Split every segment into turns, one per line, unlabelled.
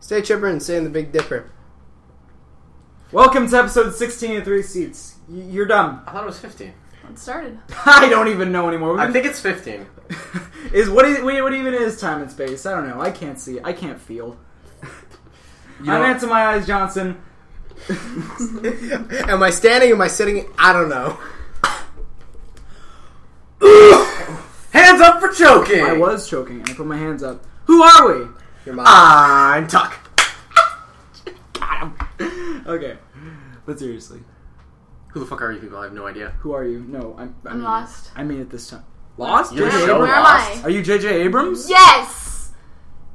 Stay chipper and stay in the Big Dipper.
Welcome to episode 16 of Three Seats. Y- You're dumb.
I thought it was 15.
It started.
I don't even know anymore.
I think it's 15.
is what is wait, what even is time and space? I don't know. I can't see. I can't feel. I'm Anson My Eyes Johnson.
am I standing? Am I sitting? I don't know.
Hands up for choking!
I was choking and I put my hands up. Who are we?
Your mom.
Ah. I'm Tuck.
Okay, but seriously,
Who the fuck are you people? I have no idea.
who are you? No, I'm. I
I'm
mean-
lost.
I mean it this time. Lost?
You're
JJ
so
Where
Abrams?
am
lost.
I?
Are you JJ Abrams?
Yes.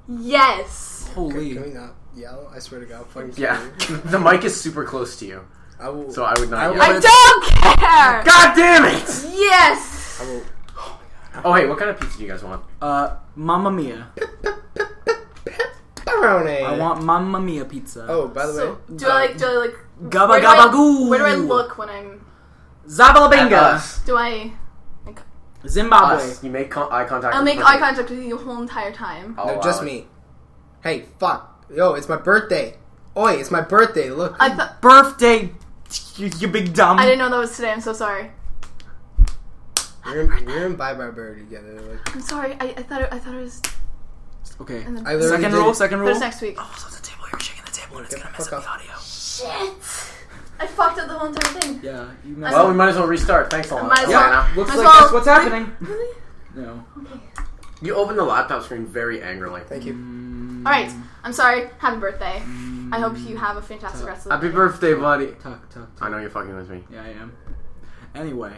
Yes.
Holy.
Can we not yell? I swear to God. Fucking
Yeah. the mic is super close to you,
I will.
so I would not
I
yell.
would-
I don't care.
God damn it!
Yes.
I will.
Oh, hey, what kind of pizza do you guys want?
Uh, Mamma Mia.
Pepperoni.
I want Mamma Mia pizza.
Oh, by the way,
So, do I like? Do I like?
Gabba
where do
gabba
I-
goo.
Where do I look when I'm?
At
Zabalabinga.
us.
Do I? Like,
Zimbabwe.
Us. You make con- eye contact
I'll
with
make
the Oh, person.
eye contact with you the whole entire time.
I'll
no,
allow
just
it.
me. Hey, fuck. Yo, it's my birthday. Oi, it's my birthday. Look.
I thought
Birthday. You, you big dumb.
I didn't know that was today. I'm so sorry.
We're in, we're in Bye Bye Bird together. Like,
I'm sorry. I, I thought it, I thought it was.
Okay.
And then
I
I
literally Oh,
Second
did-
rule. Second
thought it
rule.
was next week.
Also, the table. You're shaking the table, and it's gonna
fuck off.
audio.
Shit. I fucked up the whole entire thing.
Yeah. You
messed
Well, we might as well restart. Thanks a lot.
Might as
Yeah.
well.
Looks
Might
like
as well-
that's what's happening.
Really?
No.
You opened the laptop screen very angrily.
thank you.
All right. I'm sorry. Happy birthday. I hope you have a fantastic rest of the
Happy birthday, buddy.
Tuck, tuck,
I
tuck.
know you're fucking with me.
Yeah, I am. Anyway,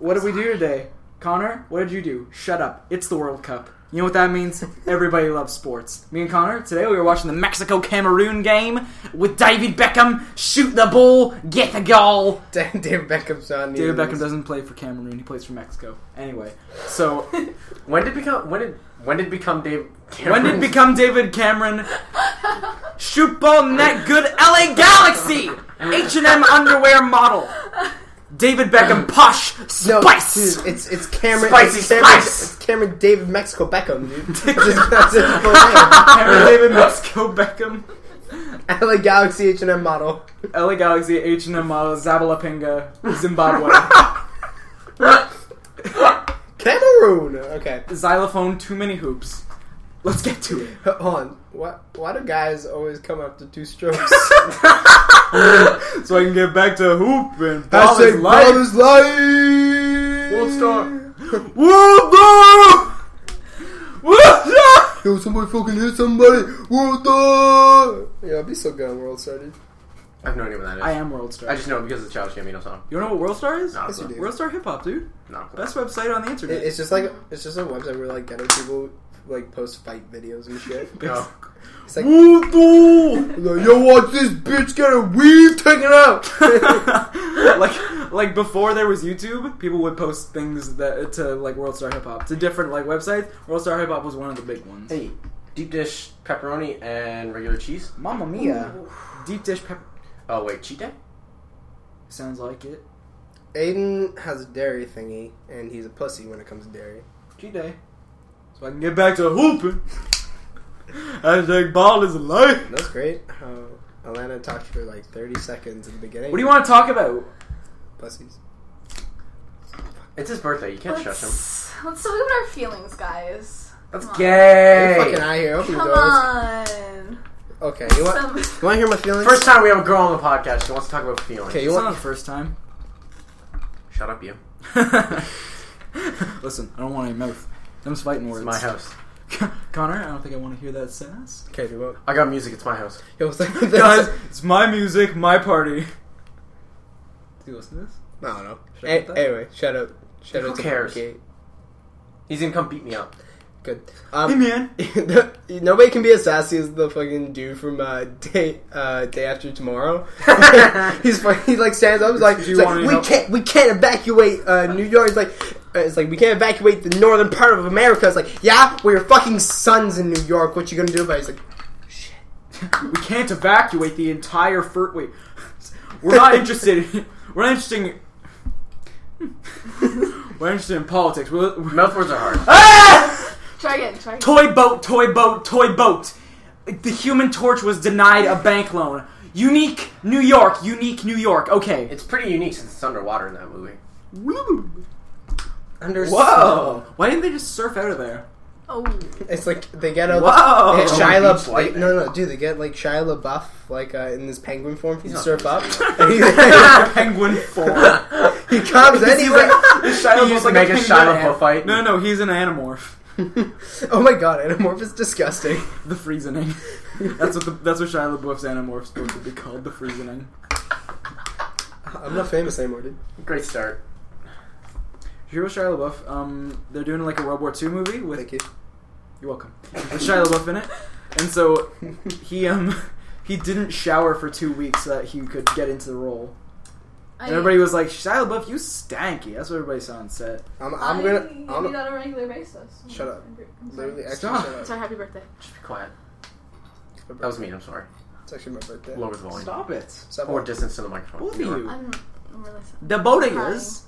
what did we do today, Connor? What did you do? Shut up. It's the World Cup. You know what that means? Everybody loves sports. Me and Connor today we were watching the Mexico Cameroon game with David Beckham shoot the ball, get the goal.
David Beckham's on.
David Beckham doesn't play for Cameroon. He plays for Mexico. Anyway, so
When did become when did when did become Dave?
when did become David Cameron? Shoot ball net good LA Galaxy H&M underwear model. David Beckham posh
No,
spice.
dude, it's it's Cameron.
Spicy
it's Cameron,
spice.
It's Cameron David Mexico Beckham, dude. That's his- that's his full name.
Cameron David Mexico Beckham.
LA Galaxy H and M model.
LA Galaxy H&M model Zabalapinga Zimbabwe.
Cameroon. Okay,
Xylophone too many hoops. Let's get to it.
hold on. Why why do guys always come after two strokes?
So I can get back to hoop and ball is
Hashtag
life.
ball is life.
World star. World star. World star.
Yo, somebody fucking hit somebody. World star. Yeah, I'd be so good on World Star, dude.
I have no idea what that is.
I am World Star.
I just know it because of the Childish Gambino song.
You know what World Star is?
Not
Yes, you
cool.
do.
World Star Hip Hop, dude.
Not cool.
Best website on the internet.
It, it's just like it's just a website where like ghetto people like post fight videos and shit.
No.
It's like,
World Star.
like, yo, watch this bitch get a weave taken out.
like, like before there was YouTube, people would post things that to like World Star Hip Hop to different like websites. World Star Hip Hop was one of the big ones.
Hey, deep dish pepperoni and regular cheese.
Mamma Mia, deep dish pepper.
Oh wait, cheat day.
Sounds like it.
Aiden has a dairy thingy, and he's a pussy when it comes to dairy.
Cheat day. So I can get back to hooping. Hashtag ball is life.
That's great. How Alana talked for like 30 seconds in the beginning.
What do you want to talk about?
Pussies.
It's his birthday. You can't shush him.
Let's, let's talk about our feelings, guys.
That's
Come on.
Get
gay.
fucking out of here. Open
Come
the doors.
on.
Okay, you want,
Some-
you want to hear my feelings?
First time we have a girl on the podcast. She wants to talk about feelings.
Okay, you
It's
want
not the first time.
Shut up, you.
Listen, I don't want any mouth. Them's fighting words.
It's my house.
Connor, I don't think I want to hear that sentence.
Okay, do you want?
I got music. It's my house.
Yo, what's that?
Guys, it's my music, my party. Do you listen to this?
I don't know.
Should I
A-
cut that?
anyway, shut up. Shut
Who
up. to
cares?
Kate.
He's gonna come beat me up.
Good.
Hey
Um,
man,
nobody can be as sassy as the fucking dude from uh, day uh, day after tomorrow. he's fucking, he like stands up. He's like,
Do you
he's like
want
we
any help?"
can't we can't evacuate uh, New York. He's like. uh, It's like we can't evacuate the northern part of America. It's like, yeah, we're your fucking sons in New York. What you gonna do about? it? He's like,
we can't evacuate the entire fur. Wait, we're not interested. in- we're not interested. In- we're interested in politics. We're, we're-
Mouth words are hard.
ah!
try again. Try again.
Toy boat, toy boat, toy boat. the Human Torch was denied a bank loan. Unique New York, unique New York. Okay.
It's pretty unique since it's underwater in that movie.
Under
Whoa! Why didn't they just surf out of there?
Oh,
It's like they get a
Whoa!
They get Shia
Beach
LaBeouf.
Lightning.
No, no, dude, they get like Shia LaBeouf, like uh, in this penguin form. He
not
surf up.
penguin form.
he comes in. He's like,
This Shia
He's like
LaBeouf
a
like make a
penguin
Shia
ant.
LaBeouf fight.
No, no, he's an animorph.
oh my god, Animorph is disgusting.
The freezing. That's what the, that's what Shia LaBeouf's animorph's supposed to be called. The freezing.
I'm not famous anymore, dude.
Great start.
Hero Shia LaBeouf. Um, they're doing like a World War II movie with
Thank you.
You're welcome. With Shia LaBeouf in it, and so he um he didn't shower for two weeks so that he could get into the role.
I,
And everybody was like, Shia LaBeouf, you stanky. That's what everybody saw on set.
I'm,
I
I'm gonna.
do
I'm
that on a regular basis.
Shut up.
I'm sorry.
literally actually.
Stop.
shut up.
Sorry, happy birthday.
Just be quiet.
It's my
That was
birthday.
mean. I'm sorry.
It's actually my birthday.
Lower the volume.
Stop it.
Stop.
More distance to the microphone.
Both of
Mm.
you.
I'm, I'm really sorry.
The Bodegas.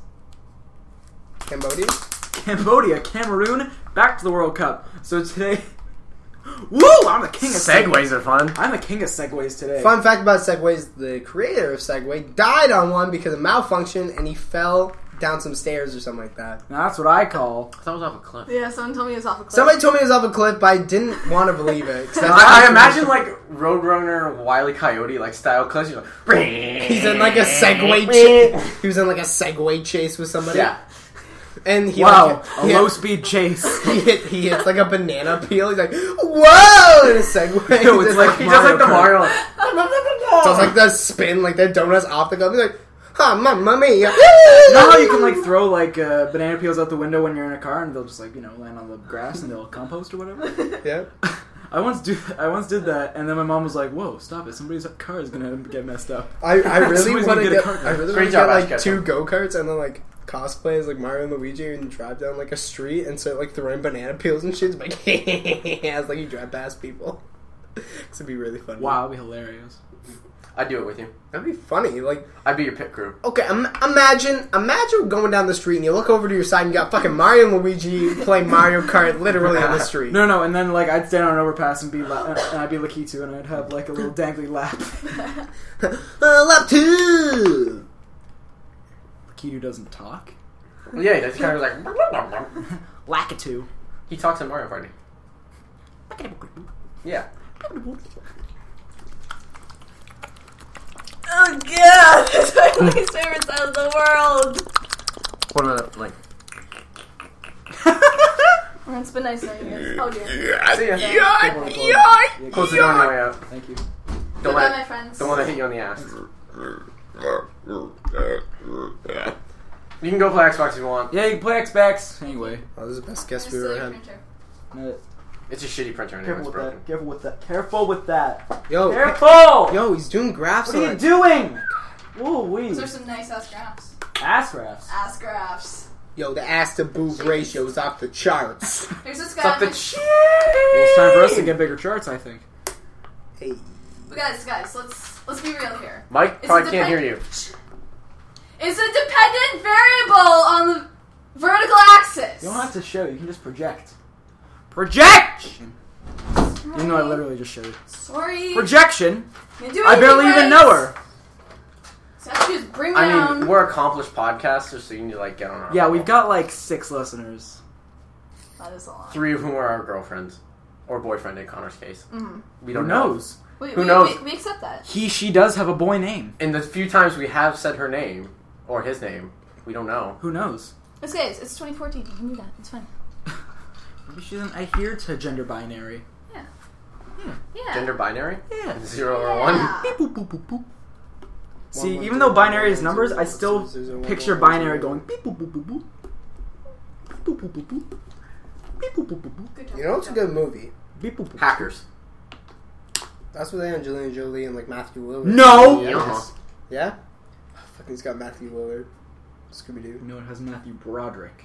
Cambodia.
Cambodia, Cameroon, back to the World Cup. So today. Woo! I'm the king of
Segways are fun.
I'm the king of segways today.
Fun fact about Segways: the creator of Segway died on one because of malfunction, and he fell down some stairs or something like that.
Now that's what I call.
That was off a cliff.
Yeah, someone told me it was off a cliff.
Somebody told me it was off a cliff, but I didn't want to believe it. 'cause that's-
I, I imagine like Roadrunner, Wile E. Coyote like style clips. You're like,
He's in like a Segway. Cha- he was in like a Segway chase with somebody.
Yeah.
and he
Wow,
like,
a
he-
low speed chase.
he, hit, he hits like a banana peel. He's like, "Whoa!" in a Segway.
Yo, it's
Just-
like-
He does like the
Mario
Mario.
So it's like the spin, like the donuts off the cup. He's like, "Ha, mamma mia!"
You know how you can like throw like uh, banana peels out the window when you're in a car and they'll just like you know land on the grass and they'll compost or whatever.
yeah.
I once do I once did that and then my mom was like, "Whoa, stop it! Somebody's car is gonna get messed up."
I, I really
Somebody's
want to
gonna get a
get,
cart.
I really
Great
want to
job,
get
Ash,
like
guys.
two go karts and then like cosplay as like Mario and Luigi and drive down like a street and start like throwing banana peels and shit. It's like as like you drive past people. This would be really funny.
Wow, that'd be hilarious.
I'd do it with you.
that'd be funny. Like,
I'd be your pit crew.
okay, Im- imagine imagine going down the street and you look over to your side and you got fucking Mario and Luigi playing Mario Kart literally on the street.
No, no, and then like I'd stand on an overpass and be la- and I'd be Lakitu and I'd have like a little dangly lap.
Uh, lap two.
Lakitu doesn't talk.
Yeah, he does. He kind of goes like.
Lakitu.
He talks in Mario Party. Yeah.
Oh god, it's my least favorite sound in the world.
What about like?
We're gonna spend nice on you guys. Oh dear.
See ya.
Close the
Close the
door.
door on the way out.
Thank you.
Don't
Goodbye, my
let.
friends.
Don't let it hit you on the ass. You can go play Xbox if you want.
Yeah, you can play Xbox. Anyway,
Oh, this is the best guess
Just
we
do
ever
your
had.
printer.
uh,
It's a shitty printer anyway.
careful
It's
with
broken.
that. Careful with that. Careful with that.
Yo,
Careful!
yo, he's doing graphs.
What are
on
you
it.
doing? Ooh, wee.
Those are some nice ass graphs.
Ass rafts.
Ass graphs.
Yo, the ass to boob ratio is off the charts.
There's this
It's
guy.
up
on
the
my-
cheese.
Well, it's time for us to get bigger charts, I think.
hey,
But guys, guys, let's let's be real here.
Mike
It's
probably
a
can't hear
depend-
you.
It's a dependent variable on the vertical axis.
You don't have to show, you can just project. Projection!
Sorry.
You know, I literally just showed.
Sorry.
Projection?
Didn't do
I barely
anything
even
right.
know her.
So I should just bring
I
down.
mean, we're accomplished podcasters, so you need to like get on our.
Yeah, we've got like six listeners.
that is a lot.
three of whom are our girlfriends or boyfriend in Connor's case.
Mhm.
We
Who
don't know.
knows?
We,
Who
we,
knows?
We, we accept that.
He, she does have a boy name.
In the few times we have said her name or his name, we don't know.
Who knows?
It's guys, it's 2014. You can do that. It's fine.
Maybe she doesn't adhere to gender binary.
Yeah.
Gender binary?
Yeah.
Zero or one?
Yeah.
Beep, boop, boop, boop, boop.
one,
See,
zero,
even though binary
one,
is numbers,
zero,
I still
zero, zero, one, one,
picture
zero,
binary
zero.
going beep, boop, boop, boop, boop. Beep, boop, boop, boop, boop. Beep, boop, boop, boop, boop.
Good job.
you know it's a good movie.
Beep, boop, boop.
Hackers.
That's with Angelina Jolie and like Matthew Lillard.
No!
Yeah.
Yes.
Yeah? Ah, Fucking he's got Matthew Lillard. Scooby Doo.
No, it has Matthew Broderick.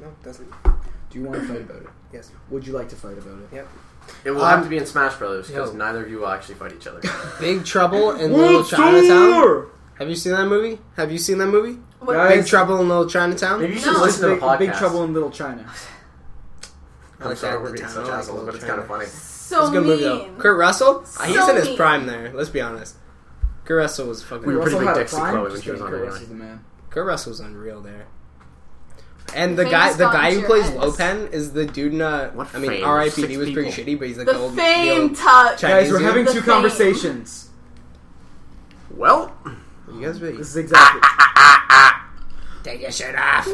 No, doesn't.
Do you want to fight about it?
Yes.
Would you like to fight about it?
It will
Um,
have to be in Smash Brothers because
yo.
neither of you will actually fight each other.
Big Trouble in Little Chinatown. Have you seen that movie? Have you seen that movie?
What-
Guys,
Big Trouble in Little Chinatown.
Maybe you should
No.
listen to the
Oh. Big,
podcast.
Big Trouble in Little China.
I
I'm
like
sorry,
that
we're
at the
being
time.
such
I like
assholes,
Little
but it's kind of
China.
funny.
It was
so
a good
mean.
movie though. Kurt Russell, uh, he's
So
in his
mean.
prime there. Let's be honest. Kurt Russell was fucking.
We were pretty
Russell
big
had a
dicks to
prime?
Chloe when
Just
she was
kidding,
on
Kurt
anyway.
Russell's the man.
Kurt Russell's unreal there. And
The
the guy,
fame's
the
gone
guy
to
who
your
plays
heads.
Lopen is the dude in. Uh,
What
I mean,
fame?
R.I.P.
Six
was pretty
people.
shitty, but he's like the,
The
old,
fame
the
touch.
Chinese-
Guys, we're
Amazing.
having
The
two
fame.
conversations.
Well,
old. You guys really
This is exactly.
take your shit off.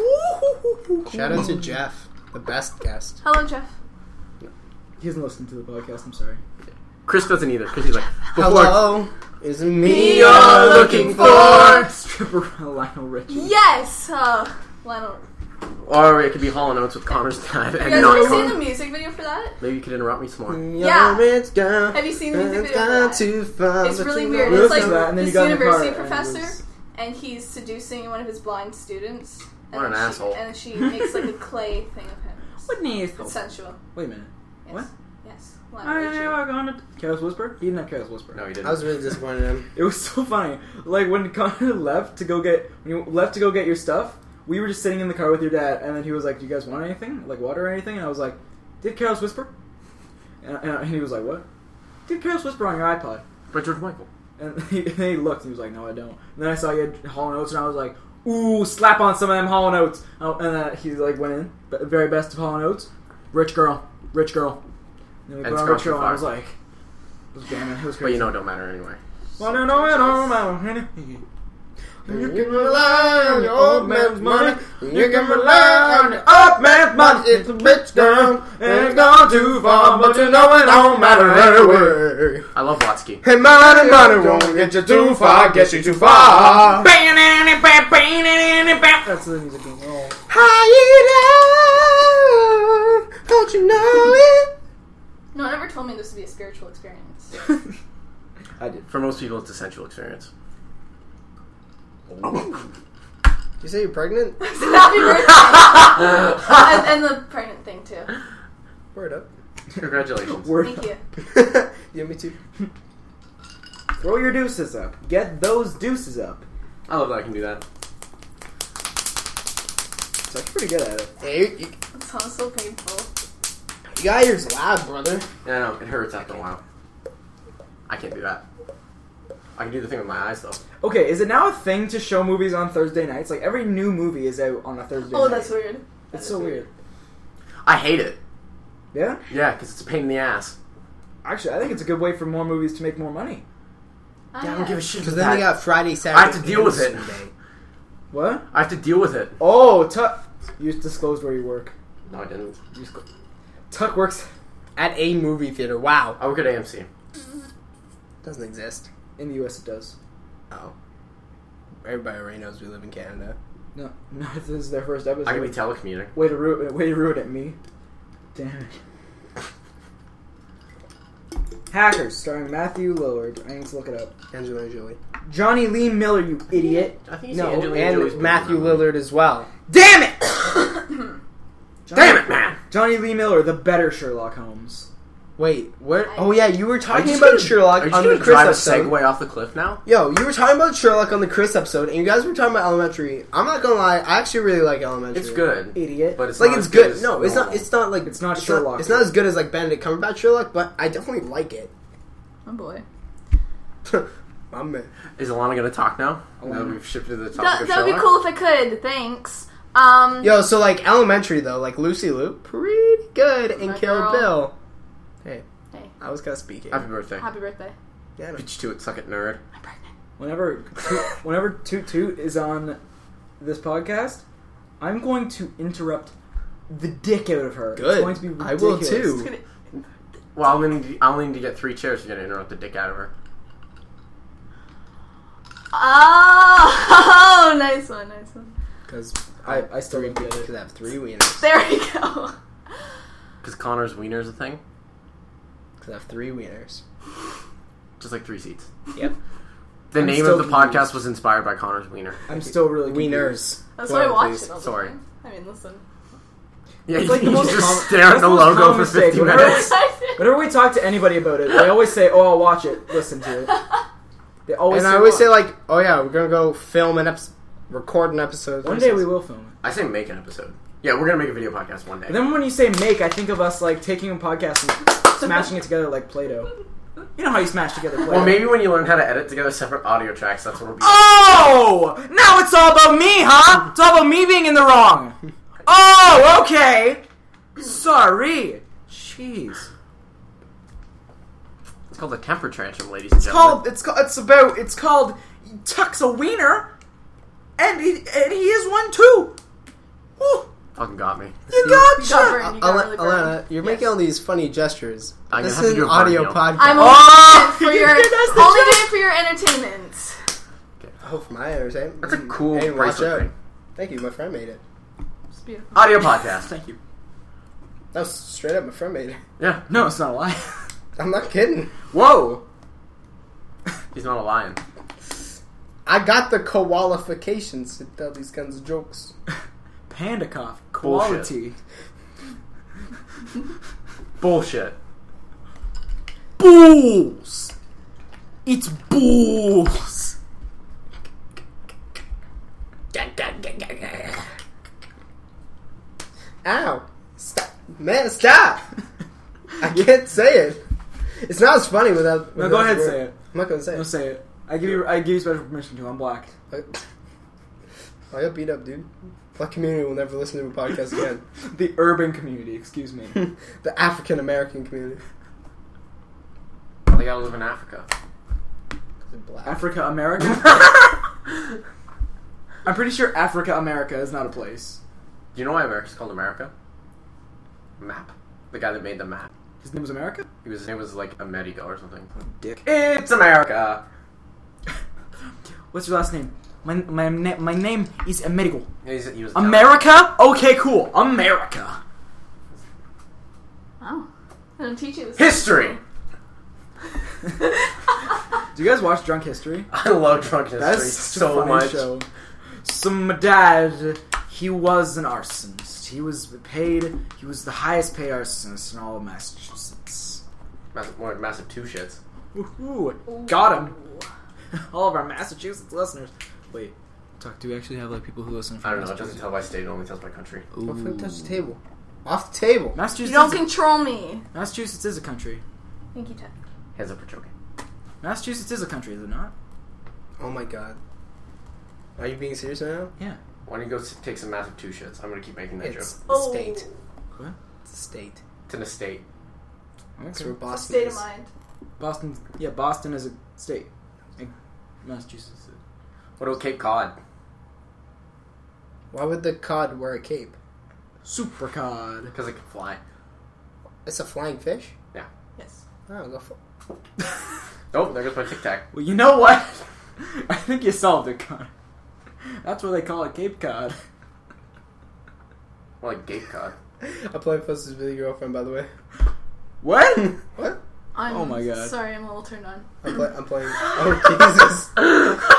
Shout out to Jeff, the best guest.
Hello, Jeff.
He doesn't listen to the podcast. I'm sorry.
Chris doesn't either because he's like, before
Hello, is it me
We are
you're looking
looking for?
for?
Stripper Lionel Richie.
Yes. Uh, Lionel.
or it could be Hall and Oates with Connor's dad
You
and
guys
not
ever seen the
Connor.
music video for that?
Maybe you could interrupt me some
Mm.
more.
Yeah.
It's down.
Have you seen the music
It's
video for
gone
that?
too far,
It's
but
really
you
weird.
know
It's
it's
like
not.
that, and then
this
you got in the
university
car, and it
professor,
was-
and he's seducing one of his blind students. And
What an
then she,
asshole.
And she makes like a clay thing of him. It's sensual.
Wait a minute.
Yes.
What?
Yes. Lionel Richie.
Chaos Whisper? He didn't have Chaos Whisper.
No, he didn't.
I was really disappointed in him.
It was so funny. Like when Connor left to go get when you left to go get your stuff, we were just sitting in the car with your dad, and then he was like, "Do you guys want anything? Like water or anything?" And I was like, "Did Carol's Whisper?" And, and, and he was like, "What? Did Carol's Whisper on your iPod?"
But George Michael.
And he, and he looked, and he was like, "No, I don't." And then I saw you had Hall and Oates, and I was like, "Ooh, slap on some of them Hall and Oates." Oh, and uh, he like went in, but very best of Hall and Oates, rich girl, rich girl. And then we
And
put on
Scarf
rich girl, and I
Fire.
was like, "Damn it, it was
But
crazy."
you know, it don't matter anyway.
Well, no, no, I don't know.
You can rely on your old man's money. You can rely on your
old man's
money. It's a bitch down, and it's gone too far, but you know it don't matter anyway.
I love Watsky.
Hey, money, money won't get you too far, get you too far.
That's the music. being- Oh.
High it up, don't you know
No one ever told me this would be a spiritual experience.
I did.
For most people, it's a sensual experience.
it? You say you're pregnant?
Happy birthday! and, and the pregnant thing too.
Word up.
Congratulations.
Thank you.
yeah, me too.
Throw your deuces up. Get those deuces up.
I love that I can do that.
So I'm pretty good at it.
Hey, you,
It sounds so painful.
you got yours loud, brother.
Yeah, I know. It hurts after a while. I can't do that. I can do the thing with my eyes, though.
Okay, is it now a thing to show movies on Thursday nights? Like every new movie is out on a Thursday.
Oh,
night.
that's weird.
It's so weird.
I hate it.
Yeah,
Yeah, because it's a pain in the ass.
actually, I think it's a good way for more movies to make more money.
I
Yeah, I don't give a shit.
Because
Because
then they got Friday, Saturday.
I have to deal with
and
it.
Sunday.
What?
I have to deal with it.
Oh, Tuck. You disclosed where you work.
No, I didn't.
You disclo- Tuck works
At a movie theater. Wow.
I work at AMC.
Doesn't exist.
in the U.S. It does.
Oh. Everybody already knows we live in Canada.
No, no, this is their first episode.
I could be telecommuter.
Way to ruin, way to ruin it, me. Damn it. Hackers, starring Matthew Lillard. I need to look it up.
Angelina Jolie.
Johnny Lee Miller, you idiot.
I think
No,
Angelina
and
Jolie's
Matthew
movie.
Lillard as well.
Damn it! Johnny,
Damn it, man!
Johnny Lee Miller, the better Sherlock Holmes.
Wait, where?
I-
Oh yeah, you were talking
just
about
gonna-
Sherlock
Are you
on
just
the
gonna
Chris
drive a
episode.
segue off the cliff now?
Yo, you were talking about Sherlock on the Chris episode, and you guys were talking about Elementary. I'm not gonna lie, I actually really like Elementary.
It's good,
Idiot.
but it's
Like
not
it's
as good.
good.
as
No, it's not.
normal.
It's not like
It's not Sherlock.
it's not as good as like Benedict Cumberbatch Sherlock, but I definitely like it.
Oh boy.
My man.
Is Alana gonna talk now? Now
Oh,
Alana.
we've shifted to the topic
That
of
that would be
Sherlock?
cool if I could. Thanks. Um,
Yo, so like Elementary though, like Lucy Liu, pretty good in
My
Kill
girl.
Bill. Hey,
Hey.
I was kind of speaking.
Happy birthday.
happy birthday.
Yeah, I know.
Bitch to it, suck it, nerd.
I'm pregnant.
Whenever, Toot- whenever Toot Toot is on this podcast, I'm going to interrupt the dick out of her. It's
Good.
going to be
I will
ridiculous.
too.
It's gonna-
Well, I'll need, I'll need to get three chairs to get to interrupt the dick out of her.
Oh, nice one, nice one.
Because
I- I still don't get it.
Because I have three wieners.
There we go.
Because Connor's wiener's a thing.
Because I have three wieners.
Just like three seats.
Yep.
The
I'm
name
still
of the
confused.
podcast was inspired by Connor's wiener.
I'm still really confused.
Wieners.
That's why I
Plural,
watch
please.
it all the
Sorry.
time. I mean, listen.
Yeah,
It's
you,
like the
you
most
just
common-
stare at
that's
the
the most
logo
common
for
mistake.
50
Whatever
minutes.
Whenever we talk to anybody about it, they always say, "Oh, I'll watch it, listen to it." They always. "Oh,
And I always say like, oh yeah, we're gonna go film an episode, record an episode.
"One day we will film
I say make an episode.
it.
Yeah, we're gonna make a video podcast one day.
And then when you say make, I think of us like taking a podcast and smashing it together like Play-Doh. You know how you smash together Play-Doh.
Or maybe when you learn how to edit together separate audio tracks, that's what it'll be.
Oh, now it's all about me, huh? It's all about me being in the wrong. Oh, okay. Sorry. Jeez.
It's called a temper tantrum, ladies and
It's
gentlemen.
called. It's called. It's about. It's called. Tuck's a wiener, and he and he is one too. Ooh,
Fucking got me.
you
Got
gotcha.
burned, you got
Alana,
really burned.
Alana, uh, you're making all these funny gestures.
I'm gonna
this
have to
is
do
an
a barn
audio
heel.
podcast.
I'm
Oh!
only doing it for your
He did us the
only
job.
doing it for your entertainment.
oh, for my ears, eh?
That's a cool
Hey, watch
bracelet
out.
ring.
Thank you. My friend made it.
It's beautiful.
Audio podcast.
Thank you.
That was straight up. My friend made it.
yeah,
No, it's not a lie.
I'm not kidding.
Whoa.
he's not a lion.
I got the qualifications to tell these kinds of jokes.
Pandacoff
Bullshit.
quality.
Bullshit.
Bulls. It's bulls.
Ow! Stop, man! Stop! I can't say it. It's not as funny without.
No,
without
go ahead,
the word.
say it.
I'm not gonna say
No,
it.
say it. I give you. I give you special permission to. I'm black.
I got beat up, dude. Black community will never listen to a podcast again.
The urban community. Excuse me.
the African American community.
Well, they gotta live in Africa.
Is it black?
Africa America. I'm pretty sure Africa America is not a place.
Do you know why America's called America? Map. The guy that made the map.
His name was America.
He was, his name was like Amerigo or something.
Dick. Eh.
It's America.
What's your last name? My my na- my name is Amerigo.
Yeah, he's- he was Italian.
America. Okay, cool. America.
Oh. I don't teach you this.
History.
Do you guys watch Drunk History?
I love drunk history
That's such a
so
funny
much.
Show. So my dad, he was an arsonist. He was paid. He was the highest paid arsonist in all of Massachusetts.
Massive, more like massive two shits.
Woohoo! Got him. all of our Massachusetts listeners. Wait, talk. Do we actually have like people who listen? From
I don't know. It doesn't tell by state. It only tells by country.
Don't fucking touch the table. Off the table.
You
Massachusetts.
don't
is a-
control me.
Massachusetts is a country.
Thank you, Tuck.
Hands up for joking.
Massachusetts is a country, is it not?
Oh my god. Are you being serious right now?
Yeah.
Why don't you go s- take some massive two shits? I'm gonna keep making that
It's
joke.
a
Oh.
state.
What?
It's a state.
It's an estate.
That's where Boston
State of
is.
mind.
Boston. Yeah, Boston is a state. And Massachusetts. is-
What about Cape Cod?
Why would the cod wear a cape?
Super cod.
Because it can fly.
It's a flying fish.
Yes.
Oh, go for
Oh, there goes my tic tac.
Well, you know what? I think you solved it, Connor. That's what they call it Cape Cod.
More like Cape Cod.
I play Fuzz's with your girlfriend, by the way.
What?
What?
I'm,
Oh my God.
Sorry, I'm a little turned on.
I'm, play- I'm playing. Oh Jesus!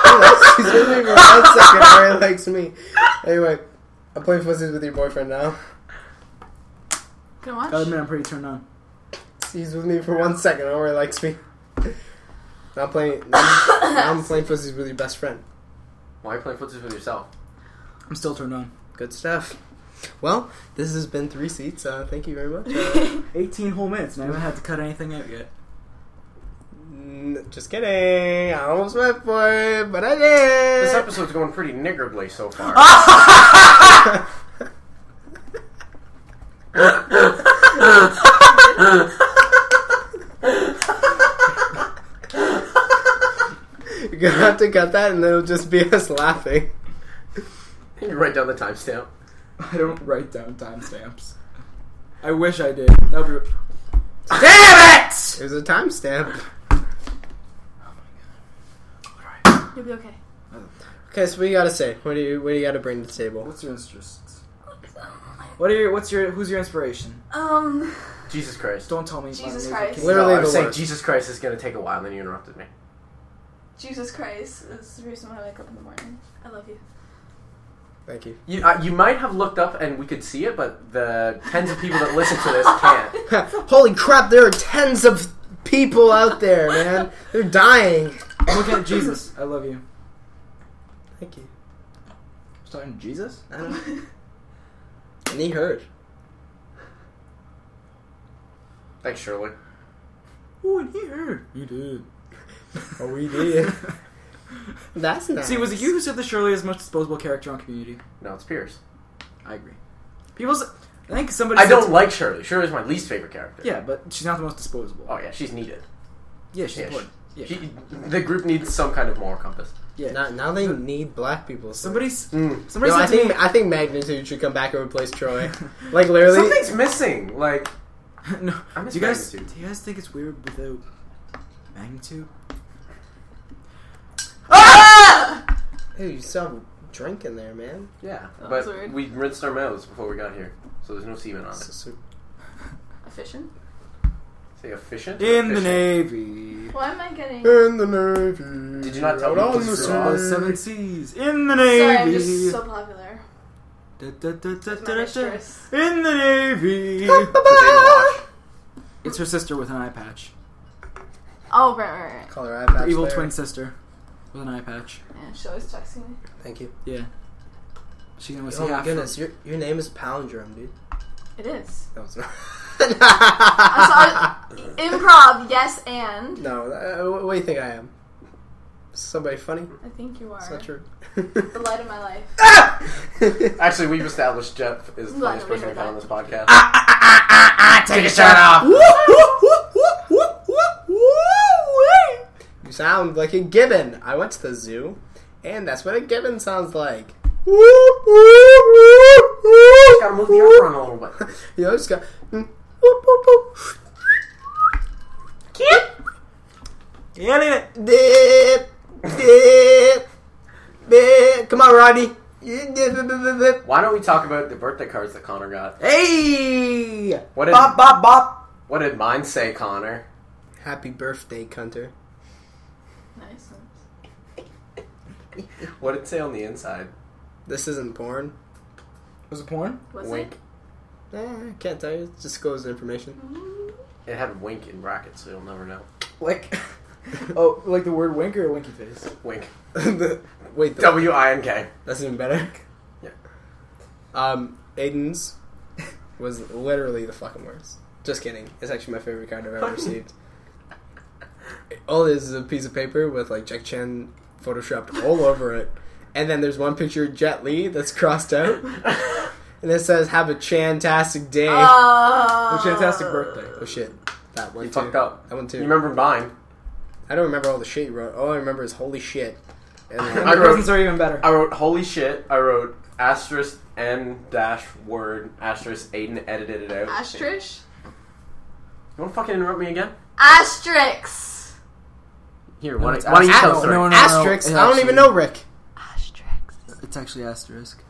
Oh, She's with me for one second. Mary likes me. Anyway, I'm playing Fuzz's with your boyfriend now.
Can I
Gotta
watch?
admit, I'm pretty turned on.
He's with me for one second. Omar likes me. Now I'm playing. Now I'm, now I'm playing Fuzz's with your best friend.
Why are you playing footsies with yourself?
I'm still turned on.
Good stuff. Well, this has been three seats. Uh, thank you very much. Uh,
Can
18 whole minutes, and I haven't had to cut anything out yet.
n- just kidding. I almost went for it, but I did.
This episode's going pretty niggardly so far.
You're gonna have to cut that, and then it'll just be us laughing.
you write down the timestamp.
I don't write down timestamps. I wish I did. That would be.
Damn it!
There's a timestamp.
Oh
You'll be okay.
Okay, so what do you gotta say? What do you what do you gotta bring to the table?
What's your interest? What are your? What's your? Who's your inspiration?
Um,
Jesus Christ.
Don't tell me.
Jesus
Martin Luther
Christ.
King.
Literally
no, I
the
was saying
worst.
Jesus Christ is gonna take a while, and then you interrupted me.
Jesus Christ is the reason why I wake up in the morning. I love you.
Thank you.
You, uh, you might have looked up and we could see it, but the tens of people that listen to this can't.
Holy crap! There are tens of people out there, man. They're dying.
I'm looking at Jesus. I love you.
Thank you.
I was talking to Jesus.
I don't know. And he heard.
Thanks, Shirley.
Ooh, and he heard. You did.
Oh, we did. That's nice.
See, was it you who said that Shirley is the most disposable character on Community?
No, it's Pierce.
I agree. People, s- I think somebody.
I
said-
don't like Shirley. Shirley's my least favorite character.
Yeah, but she's not the most disposable.
Oh yeah, she's needed.
yeah, she's
yeah,
important. Yeah,
She, the group needs some kind of moral compass.
yeah.
Now, now they need black people. so-
somebody, s-
Mm.
somebody
No,
said
I
to
think
me.
I think Magnitude should come back and replace Troy. Like literally,
Something's missing. Like
no,
I miss
do you guys
Magnitude.
do you guys think it's weird without magnitude?
Ah!
Ew, you still have drink in there, man.
yeah,
That was
but
weird.
we rinsed our mouths before we got here, so there's no semen on
So,
it.
so-
Efficient?
Say efficient. or
In the
efficient?
navy.
Why am I getting.
in the navy.
Did you not tell me
out
to
on the
draw
All
sea.
Oh, seven seas. In the
Sorry, I'm
navy.
just so popular.
Da, da, da, da,
It's my
da, da.
mistress.
In the navy.
Baywatch.
it's her sister with an eye patch.
Oh, right, right, right.
Call her eye
Her
patch
evil
there.
twin sister with an eye patch.
Yeah, she always texting me.
Thank you.
Yeah. She can only see
Oh my
half. her-
goodness, your your name is Palindrome, dude.
It is.
That was
I saw Improv, yes, and.
no. Uh, what do you think I am? Somebody funny?
I think you
It's
are.
not true.
The light of my life.
Actually, we've established Jeff is the
Well, I never
funniest person
heard
we've had on
that.
this podcast.
Take your
shirt off.
you sound like a gibbon. I went to the zoo, and that's what a gibbon sounds like. Gotta
Gotta move the air around a little bit.
You know, just go. mm,
Yeah, leave it.
Dip, dip, dip. Come on, Rodney. Yeah, dip, dip, dip, dip.
Why don't we talk about the birthday cards that Connor got?
Hey!
What did-
bop, bop, bop.
What did mine say, Connor?
Happy birthday, Cunter.
Nice.
What did it say on the inside?
This isn't porn.
Was it porn?
Was
wink.
it?
Eh, I can't tell you. It's disclosed information.
Mm.
It had wink in brackets, so you'll never know.
Like, oh, like the word wink or winky face?
Wink.
The- Wait, the,
W I N K.
that's even better.
Yeah.
Um, Aiden's was literally the fucking worst. Just kidding. It's actually my favorite card I've ever received. All it is is a piece of paper with like Jack Chan photoshopped all over it, and then there's one picture of Jet Li that's crossed out, and it says "Have a chantastic day."
Oh.
A fantastic birthday.
oh shit, that one
You
too.
fucked up.
That one too.
You remember mine?
I don't remember all the shit you wrote. All I remember is "Holy shit." And then-
And the presents are even better.
I wrote holy shit. I wrote asterisk n dash word asterisk Aiden edited it out.
Asterisk?
You want to fucking interrupt me again?
Asterisk!
Here,
No,
why,
it's
don't- why don't you
asterisk.
tell the story?
No, no, no,
Asterix.
it
I don't
actually-
even know Rick.
Asterisk.
It's actually asterisk.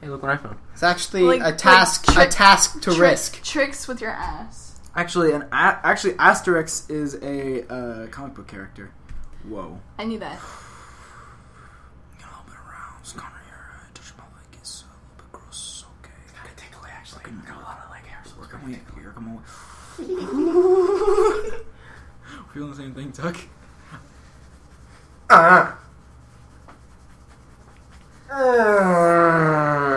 Hey, look what I found.
It's actually
Like-
a task.
like trick-
a task to
Trick-
risk.
Tricks with your ass.
Actually, an a- actually Asterix is a uh, comic book character. Whoa.
I knew that.
Get a little bit around. It's Connor here. I touched my leg. It's a little bit gross. Okay. Gotta take a leg. Actually, I got a lot of leg hair. So work on me here. Come on. We're feeling the same thing, Tuck.
Uh. Uh.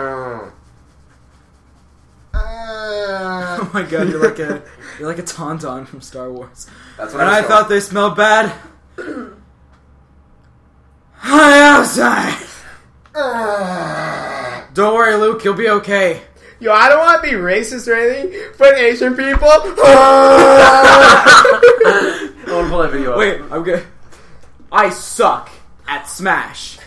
Oh my god, you're like a you're like a tauntaun from Star Wars.
That's what
And
I,
I
was
thought
going-
they smelled bad. Hi outside. Don't worry, Luke. You'll be okay.
Yo, I don't want to be racist or anything, but Asian people.
I want to pull that video up.
Wait, I'm good. I suck at Smash,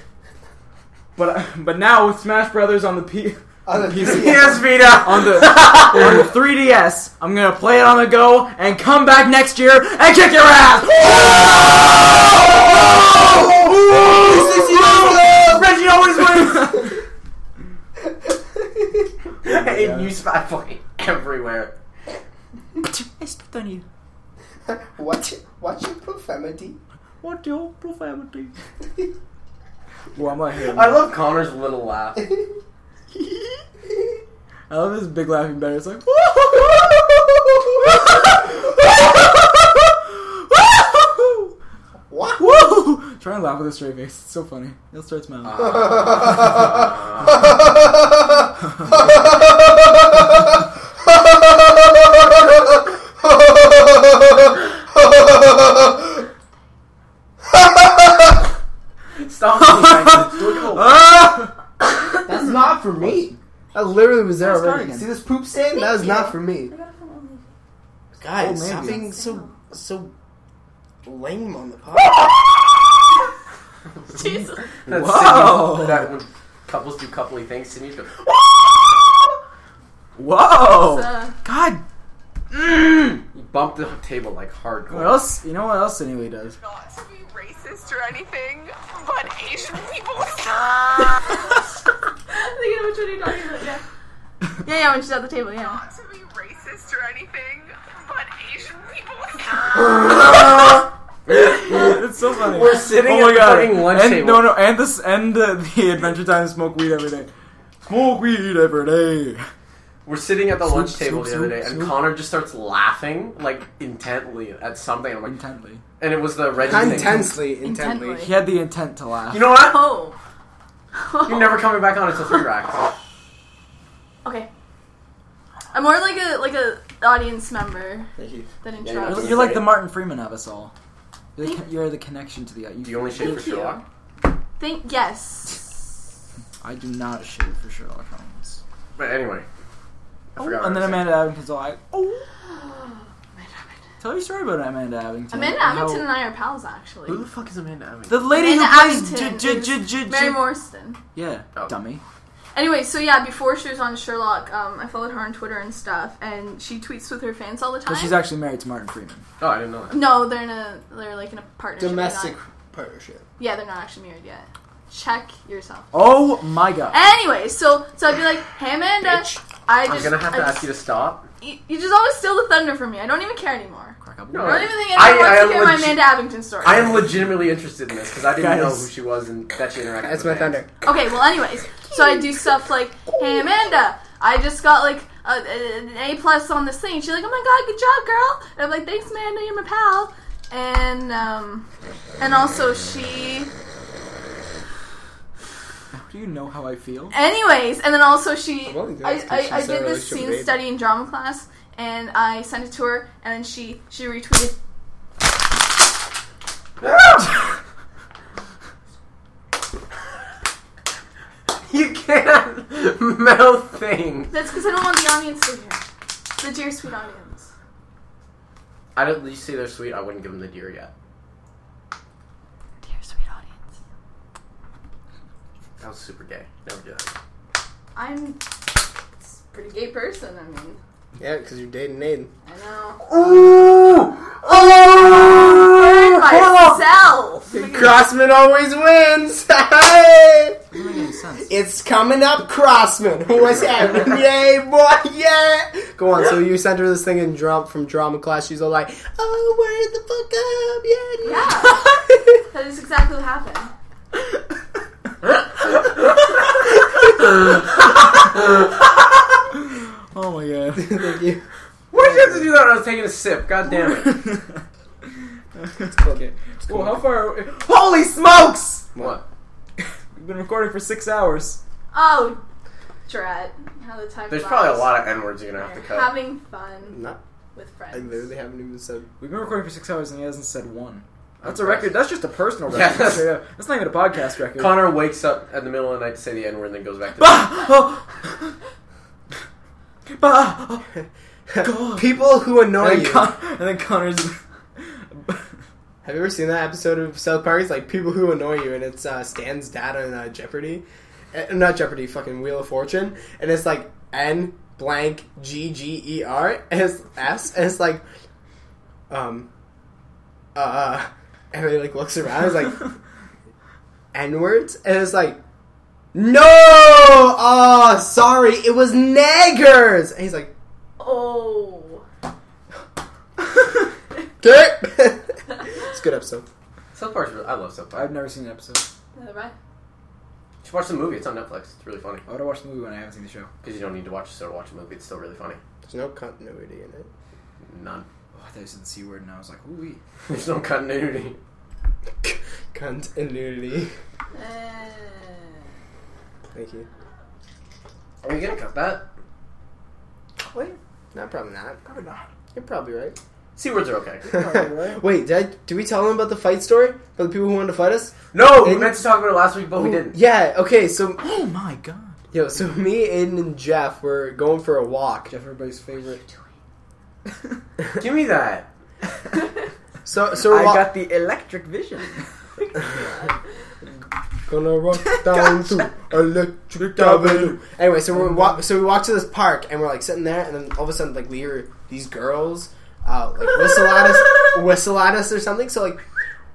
but but now with Smash Brothers on the P
On the PC.
Yes, Vita.
on the on the 3DS, I'm gonna play it on the go and come back next year and kick your ass. Reggie always wins.
Aiden, you spy fucking everywhere.
I spit on you.
Watch, watch your profanity.
What your profanity? Well, I'm not here.
I love Connor's little laugh.
I love this big laughing bear. It's like.
What?
Woo! Try and laugh with a straight face. It's so funny. He'll start smiling.
Uh, Stop. Don't give a-
Ah!
That's not for me. I literally was there
Nice
already.
cardigan.
See this poop stain? That was not for me.
I got it from Old Navy.
Guys,
Oh, maybe.
stop being so so lame on the pod.
Jesus.
That
Whoa.
Sydney- That when couples do coupley things, Sydney goes.
Whoa!
Uh,
God. Mm.
You bump the table like hardcore.
What else? You know what else anyway does?
not to be racist or anything, but Asian people
I think I know which one you're talking about, yeah. Yeah, yeah, when she's at the table, yeah.
not to be racist or anything, but Asian people
It's so funny.
We're sitting
oh my
at the
god.
fucking lunch
and,
table.
No, no, and this and the, the Adventure Time smoke weed every day. Smoke weed every day.
We're sitting at the lunch table the
swoop,
other day, and
swoop.
Connor just starts laughing like intently at something. I'm like,
Intently.
and it was the Reggie thing.
Intensely, intently.
Intently.
He had the intent to laugh.
You know what?
Oh.
You're never coming back on until three racks.
Okay. I'm more like a like a audience member
Thank you.
than in
Yeah,
charge.
You're,
That's
you're like
great.
the Martin Freeman of us all. You're the, con- you're the connection to the. You,
Do you only shave for
Thank you.
Sherlock?
Thank yes.
I do not shave for Sherlock Holmes.
But anyway, I forgot. what
Oh, and then
I was saying.
Amanda Abington's all like, oh. Tell your story about Amanda Abington.
Amanda
and how-
Abington and I are pals, actually.
Who the fuck is Amanda Abington?
The lady
Amanda
who plays
Abington
J-
is
J- J- J-
Mary
J-
Morrison.
Yeah,
Oh.
dummy.
Anyway, so yeah, before she was on Sherlock, um, I followed her on Twitter and stuff, and she tweets with her fans all the time.
But she's actually married to Martin Freeman.
Oh, I didn't know that.
no, they're in a they're like in a partnership. They're
Domestic
not-
partnership.
yeah, they're not actually married yet. Check yourself.
Oh my god.
Anyway, so so I'd be like, hey Amanda,
Bitch.
I just
I'm gonna have to
I
ask you to stop.
just- you, you just always steal the thunder from me. I don't even care anymore.
Crack up.
No,
I don't
I-
even think anyone
I-
wants
I
to hear my
legit-
Amanda Abington story.
I am legitimately interested in this because I didn't know
Guys.
who she was and that she interacted.
That's
with
my
fans.
thunder.
Okay, well, anyways, so I do stuff like, "Hey, Amanda, I just got like a, a- an A plus on this thing." She's like, "Oh my god, good job, girl!" And I'm like, "Thanks, Amanda, you're my pal." And um, and also she,
Do you know how I feel?
anyways, and then also she,
I'm only doing
I
this 'cause
I, I
she's
did
a
this scene
relationship babe.
study in drama class, and I sent it to her, and then she she retweeted.
You can't mouth things.
That's because I don't want the audience to hear the dear sweet audience.
I'd at least say they're sweet. I wouldn't give them the deer yet.
Dear sweet audience,
That was super gay. Never do that.
I'm a pretty gay person. I mean,
Yeah, because you're dating Aiden.
I know.
Ooh!
Oh!
burn myself.
Crossman always wins. Hey!
Doesn't make any sense.
It's coming up, Crossman. What's happening? Yay, boy, yeah. Go on. So you sent her this thing in drum from drama class. She's all like, "Oh, word the fuck up, yeah."
Yeah, that is exactly what happened.
Oh my god.
Thank you.
Why did you have to do that when I was taking a sip? God damn it.
Okay.
Well, how far? Holy smokes!
What?
We've been recording for six hours.
Oh, dread. How the time
There's
flies.
probably a lot of N words you're gonna have to cut.
Having fun
Not.
with
I
friends.
literally haven't even said.
We've been recording for six hours and he hasn't said one. That's a
Okay.
record. That's just a personal
Yeah,
record.
that's-
straight up. That's not even a podcast record.
Connor wakes up at the middle of the night to say the N word and then goes back to
Bah! Oh. Bah! Oh. God.
People who annoy
And,
you.
then Con- and then Connor's.
Have you ever seen that episode of South Park? It's like people who annoy you, and it's uh, Stan's dad on uh, Jeopardy, uh, not Jeopardy, fucking Wheel of Fortune, and it's like N blank G G E R S S, and it's like, um, uh, and he like looks around, it's like N words, and it's like. No! Oh, sorry. It was naggers. And he's like,
Oh.
"Derp." it's a good episode.
South Park's really, I love South Park.
I've never seen an episode.
Uh, right.
You should watch the movie. It's on Netflix. It's really funny.
I would have watched the movie when I haven't seen the show.
Because you don't need to watch a show to watch a movie. It's still really funny.
There's no continuity in it.
None.
Oh, I thought you said the C word and I was like, ooh
There's no continuity.
Continuity.
Uh,
Thank you.
Are we gonna cut that?
Wait, no, probably not.
Probably not.
You're probably right.
C words are okay.
Probably right.
Wait, did I, did we tell them about the fight story? About the people who wanted to fight us?
No, we
Aiden?
meant to talk about it last week, but
Oh,
we didn't.
Yeah. Okay. So
Oh my god.
yo, so me, Aiden, and Jeff were going for a walk.
Jeff, everybody's favorite.
Give me that.
So so we're wa-
the electric vision.
Gonna walk down to Electric Avenue. Mm-hmm. Anyway, so we walk, so we walk to this park, and we're like sitting there, and then all of a sudden, like we hear these girls, uh, like whistle at us, whistle at us or something. So like,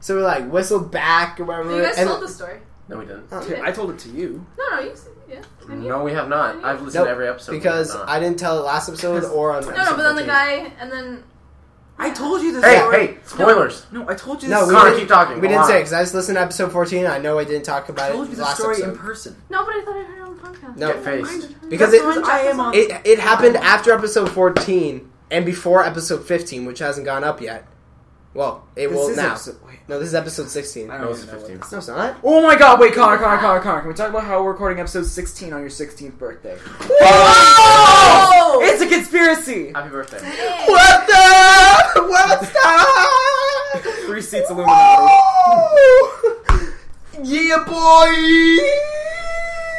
so we like whistled back or whatever.
You guys
and-
told the story.
No, we didn't.
I told it to you.
No, no, you said, yeah. Didn't you?
Oh, No, we have not. I've listened
Nope,
to every episode. we have
because
not.
I didn't tell it last episode or on.
No, no, but then the guy, and then
I told you this.
Hey,
story.
hey, spoilers.
No, I told you
No,
this.
we
story.
Connor, keep talking.
We
Go
didn't
on.
say because I just listened to episode fourteen. I know I didn't talk
I
about
told
it
you the
last
story in
episode
person.
no, but I thought I heard it on the podcast.
No.
Get faced.
because
That's
it,
when I am on.
it it happened after episode fourteen and before episode fifteen, which hasn't gone up yet. Well, it
This
will
is
now.
episode- wait.
No, this is episode 16.
I
No,
don't
No, it's
even know what-
15.
it's not.
Oh my god, wait, Connor, Connor, Connor, Connor. Can we talk about how we're recording episode 16 on your 16th birthday?
Whoa!
It's a conspiracy!
Happy birthday.
Oh! Hey.
What the? What the?
Three seats Illuminati.
yeah, boy!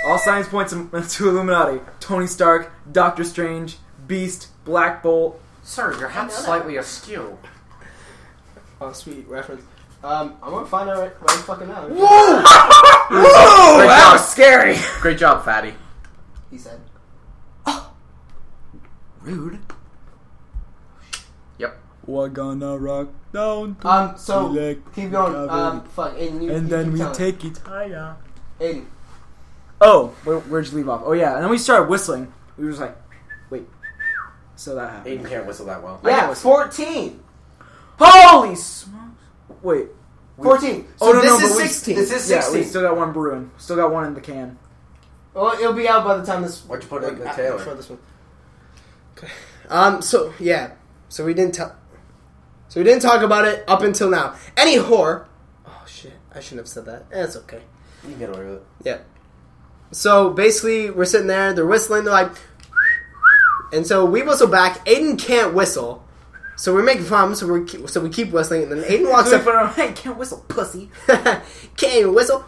All signs point to, to Illuminati. Tony Stark, Doctor Strange, Beast, Black Bolt.
Sir, your hat's
I know that.
slightly askew.
Oh, sweet reference. Um, I'm gonna find out what I'm fucking out.
Whoa! Whoa!
Great
That
job.
was scary!
Great job, fatty.
He said.
Rude.
Yep.
We're gonna rock down to
Um, so keep going. Um, fuck, Aiden, you, you keep telling.
it higher.
Aiden.
Oh, where, where'd you leave off? Oh yeah, and then we started whistling. We were just like, wait. So that happened.
Aiden can't whistle that well.
Yeah, fourteen.
Holy smokes! Wait.
Fourteen. So
Oh, no,
this
no,
is
but we-
sixteen.
this is-
Yeah, we
16.
still got one brewing. Still got one in the can.
Well, it'll be out by the time this.
Why'd you put it in the
I-
Taylor?
for this one. Okay. Um. So yeah. So we didn't tell. So we didn't talk about it up until now. Any whore. Oh shit! I shouldn't have said that. That's okay.
You can get away with it.
Yeah. So basically, we're sitting there. They're whistling. They're like, and so we whistle back. Aiden can't whistle, so we're making fun. of him, So we keep, so we keep whistling, and then Aiden walks
So we
up.
put it on, hey, can't whistle, pussy.
can't even whistle.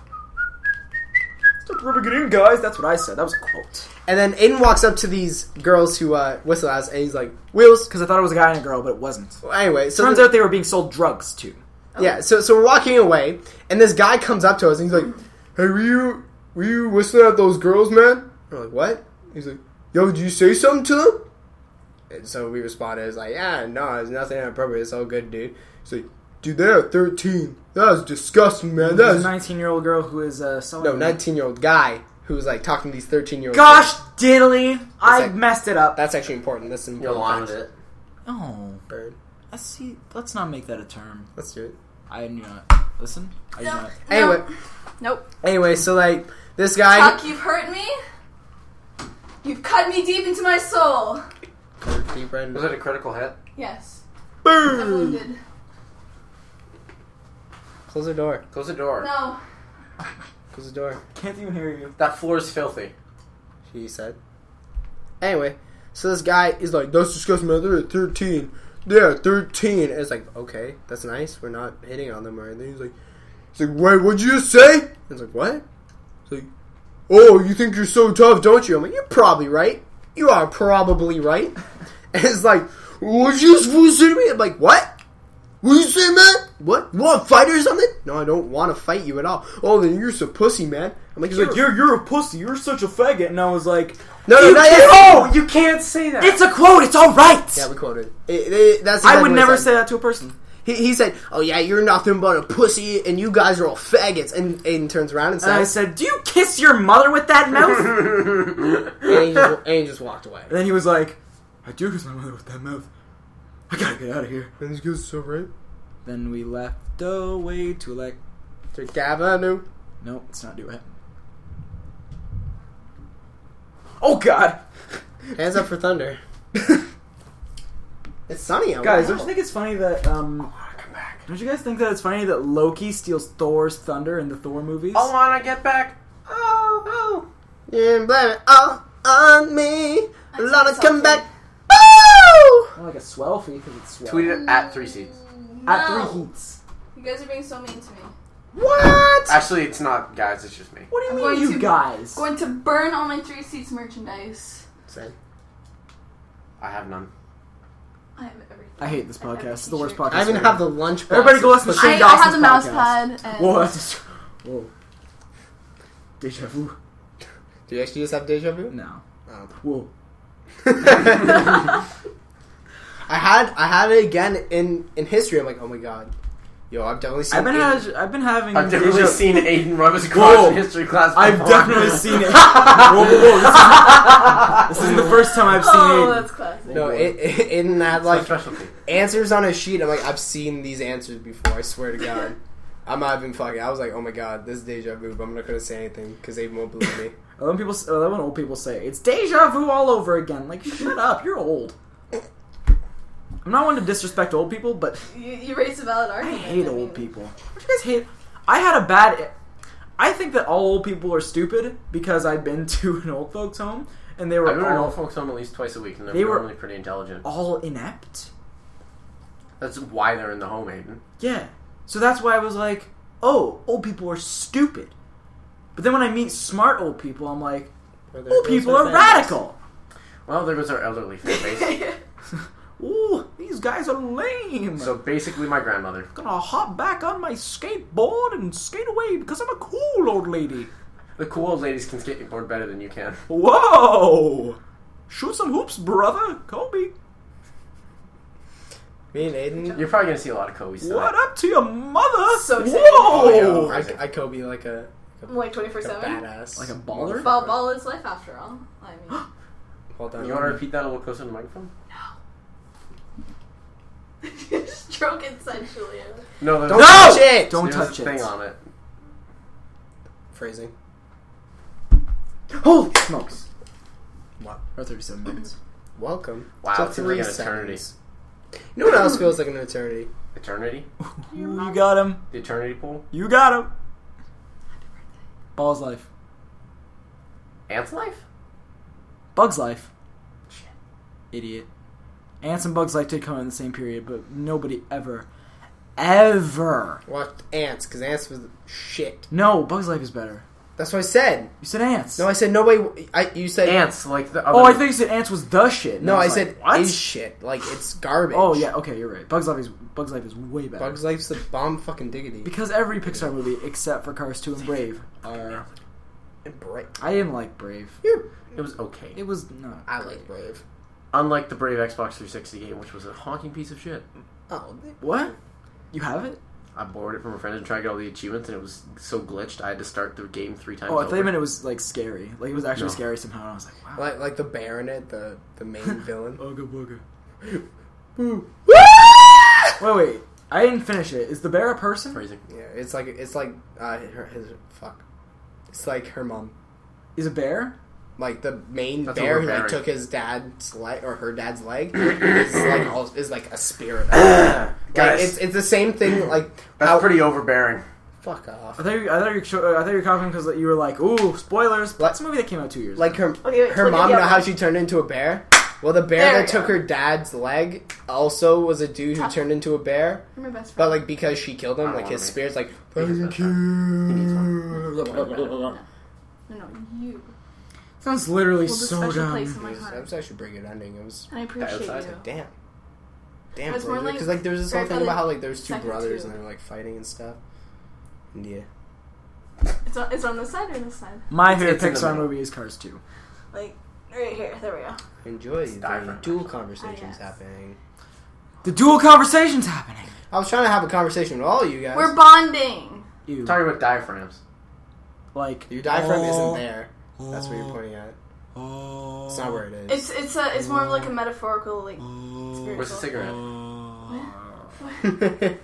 Stop rubbing it in, guys. That's what I said. That was a quote.
And then Aiden walks up to these girls who uh, whistle at us, and he's like, "Wheels."
Because I thought it was a guy and a girl, but it wasn't.
Anyway, so
Turns
the-
out they were being sold drugs to.
Yeah, so so we're walking away, and this guy comes up to us, and he's like, "Hey, were you were you whistling at those girls, man?" We're like, "What?" He's like, "Yo, did you say something to them?" And so we responded, "It's like, yeah, no, it's nothing inappropriate. It's all good, dude." He's like, "Dude, they're thirteen. That is disgusting, man. That
There's a
is
19 year old girl who is uh, selling.
no nineteen year old guy who was like talking to these thirteen year old.
Gosh diddly! I
like-
messed it up.
that's actually important. That's an
You're lying
important.
with
fact.
it.
Oh,
Bird,
let's see. Let's not make that a term.
let's do it.
I do not. Listen, I do
No.
not.
Anyway,
Nope.
anyway, so like this guy.
Chuck, you've hurt me. You've cut me deep into my soul.
Deep right in-
Was it a critical hit?
Yes. I'm
Boom!
wounded.
Close the door.
Close the door.
No.
Close the door.
Can't even hear you.
That floor is filthy.
He said. Anyway, so this guy is like, that's disgusting, man. They're 13. They're 13. And it's like, okay, that's nice. We're not hitting on them or anything. He's like, he's like, wait, what'd you just say? And it's like, what? He's like, oh, you think you're so tough, don't you? I'm like, you're probably right. You are probably right. And it's like, what'd you supposed to say to me? I'm like, what? What you say, man? What? You want to fight or something? No, I don't want to fight you at all. Oh, then you're so pussy, man. I'm like,
He's like, you're you're a pussy. You're such a faggot. And I was like,
no, no,
you
not
can't-
yet.
no, Oh, you can't say that. It's a quote. It's all right.
Yeah, we quoted. It, it, that's
I
exactly what
would
he
never
said.
say that to a person.
He, he said, "Oh yeah, you're nothing but a pussy, and you guys are all faggots." And Aiden turns around and
And I
says,
said, "Do you kiss your mother with that mouth?" and
and, he just, and he just walked away.
then he was like, "I do kiss my mother with that mouth. I gotta get out of here."
And this goes so right.
Then we left away to like.
To Gavanu.
No, let's not do it. Oh God,
Hands up for thunder. it's sunny out.
guys!
wow.
Don't you think it's funny that um?
Come back.
Don't you guys think that it's funny that Loki steals Thor's thunder in the Thor movies?
I wanna get back. Oh, oh.
yeah, blame it. Oh, on me. Lana,
That's
come
something.
back.
I'm like a swell fee because it's swell.
Tweet it at three seats.
At
No.
three heats.
You guys are being so mean to me.
What?
Actually, it's not guys. It's just me.
What do
I'm
you
going
mean, you
to-
guys?
Going to burn all my three seats merchandise.
Same.
I have none.
I have everything.
I hate this
I have
podcast.
a
It's the worst
t-shirt.
podcast.
I even
ever.
have the lunch.
Everybody go listen to
I,
Shane
I have
Dawson's
the mouse
podcast.
pad. And
Whoa, that's just, whoa. Deja vu.
Do you actually just have deja vu?
No.
Oh.
Whoa.
I had I had it again in in history. I'm like, oh my god, yo, I've definitely seen.
I've been
Asian-
has, I've been having.
I've definitely
deja-
seen Aiden run
Whoa.
across in history class.
I've
Oh,
before.
definitely seen it. Whoa, whoa, whoa, This, is, this is the first time I've seen
Oh,
it.
that's classic.
No, it, it, Aiden had
It's my
like
specialty.
answers on a sheet. I'm like, I've seen these answers before. I swear to God, I'm not even fucking. I was like, oh my god, this is deja vu. But I'm not gonna say anything because Aiden won't believe me.
I love when people. I love when old people say it's deja vu all over again. Like, shut up, you're old. I'm not one to disrespect old people, but
You, you raised a valid
I
argument.
hate
mean.
old people. Don't you guys hate? I had a bad. I think that all old people are stupid because I've been to an old folks' home and they
I've
were
been in an old
all,
folks home at least twice a week, and they're
They were-
normally pretty intelligent.
all inept.
That's why they're in the home, Aiden.
Yeah. So that's why I was like, oh, old people are stupid. But then when I meet smart old people, I'm like,
Where there
old
goes
people
my
are
fan
radical.
Well, there goes our elderly fan base.
Ooh, these guys are lame.
so basically, my grandmother.
gonna hop back on my skateboard and skate away because I'm a cool old lady.
The cool old ladies can skateboard better than you can.
Whoa! Shoot some hoops, brother. Kobe.
base. Me and Aiden,
You're probably gonna see a lot of Kobe stuff.
What up to your mother?
So excited.
oh,
Whoa!
I, I Kobe like a,
Like 24
like a
7.
badass,
Like a baller?
Ball, ball is life after all. I mean,
Hold on,
You want to repeat that a little closer to the microphone?
you just stroke it sensually.
No, there's
Don't
No!
touch it.
Don't
there's
touch
a
it.
thing on it.
Phrasing.
Holy smokes.
What?
Or 37 minutes.
Welcome.
Wow,
to
it seems like
three
an eternity.
seconds. You know what else feels like an eternity?
Eternity?
you got him.
The eternity pool?
You got him. Ball's life.
Ant's life?
Bug's life. Idiot. Ants and Bug's life did come out in the same period, but nobody ever, ever.
Watched ants because ants was shit.
No, Bug's life is better.
That's what I said.
You said ants.
No, I said nobody. I you said
Ants, like the other.
oh, I thought you said ants was the shit. and
No, I,
was
said
like, what?
is shit. Like it's garbage.
Oh yeah, okay, you're right. Bug's life is Bug's life is way better
Bugs Life's the bomb fucking diggity.
because every Pixar movie except for Cars 2 and Brave are.
Brave.
I didn't like Brave.
It was okay.
It was no.
I like Brave.
Unlike the Brave Xbox 360 game, which was a honking piece of shit.
Oh, th-
What? You have it?
I borrowed it from a friend and tried to get all the achievements, and it was so glitched I had to start the game three times.
Oh, I
over.
thought you meant it was like scary. Like it was actually
No.
scary somehow. And I was like, wow.
like like the Baronet, the the main villain.
Ooga booga.
Ooh.
Wait, wait. I didn't finish it. Is the bear a person?
Phrasing.
yeah, it's like it's like uh, her, his fuck. It's like her mom.
Is a bear?
Like the main
That's
bear who like
overbearing.
took his dad's leg or her dad's leg is like all, is like a spirit. like,
Guys,
it's it's the same thing. Like
that's
how-
pretty overbearing.
fuck off.
I thought you, I thought you, cho- I thought you were coughing because you were like, ooh, spoilers. But
Like-
that's a movie that came out two years.
Like her,
Okay, wait,
her
look at
mom,
the
know
other
how
one.
she turned into a bear? Well, the bear
There we
that took
go.
her dad's leg also was a dude who
Tough.
turned into a bear,
You're my best
but
friend.
like because she killed
I
him,
don't
like
wanna
his
be-
spire's like,
He needs
"Thank
that He needs
you."
no,
one.
no, you.
ago. Sounds literally
Hold a
so
special place
dumb.
in Oh my
It was- That
heart.
was actually a pretty good ending. It was
And I appreciate
That was
you.
damn, damn,
It was more
because
like
like, there was this whole
Very
thing
Funny
about how like there's two
Second
brothers
Two.
and they're like fighting and stuff. And yeah,
It's on, it's on this side or this side?
My
It's-
favorite
it's in the
Pixar
middle.
movie is Cars 2.
Like, right here. There we go.
enjoy the
different.
dual conversations
Ah, yes.
happening.
The dual conversation's happening.
I was trying to have a conversation with all you guys.
We're bonding.
You
Talking about diaphragms.
like
Your diaphragm
oh,
isn't there. That's what you're pointing at.
Oh,
It's not where it is.
It's it's a it's more of like
Mm.
a metaphorical like.
Where's the cigarette?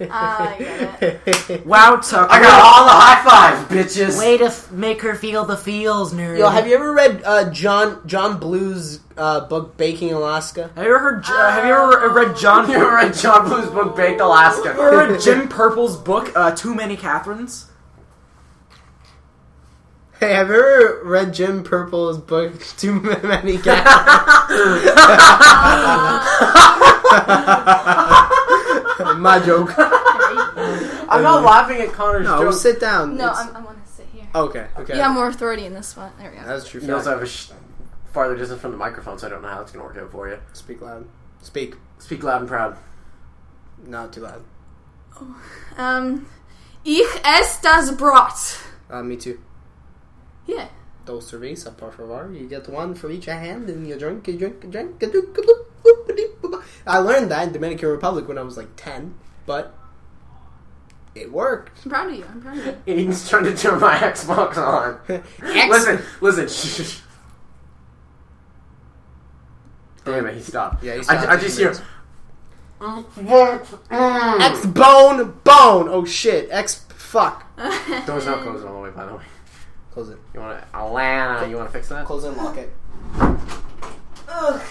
Ah, I get
it.
Wow, Tucker.
I got all the high fives, bitches.
to f- make her feel the feels, nerd.
Yo, have you ever read uh, John John Blue's uh, book Baking Alaska?
Have you ever heard? Uh, have you ever read John?
You ever read John Blue's book Baked Alaska?
You ever read Jim Purple's book, uh, Too Many Catherines?
Hey, have you ever read Jim Purple's book Too Many Cats? My joke.
I'm not laughing at Connor's
No,
joke.
sit down.
no,
It's-
I'm, I want to sit here.
okay, Oh, okay.
You have more authority in this one. There we go.
That's true.
You also
fact.
have a sh- farther distance from the microphone, so I don't know how it's gonna work out for you.
Speak loud. Speak.
Speak loud and proud.
Not too loud.
Um, ich es das Brot.
Uh, me too.
Yeah.
Dos cerveza, por favor. You get one for each hand, and you drink, you drink, you drink. you drink, you drink, boop, a doop, boop, a- I learned that in Dominican Republic when I was like ten, but it worked.
I'm proud of you. I'm proud of you.
Aiden's trying to turn my Xbox on. listen, listen. Shh, shh, shh. Damn it, he stopped.
Yeah, he
I,
stopped.
ju- I just hear.
X bone bone. Oh shit. X fuck.
Door's not closing all the way, by the way.
Close it.
You want to, Alana? You want to fix that?
Close it and lock it.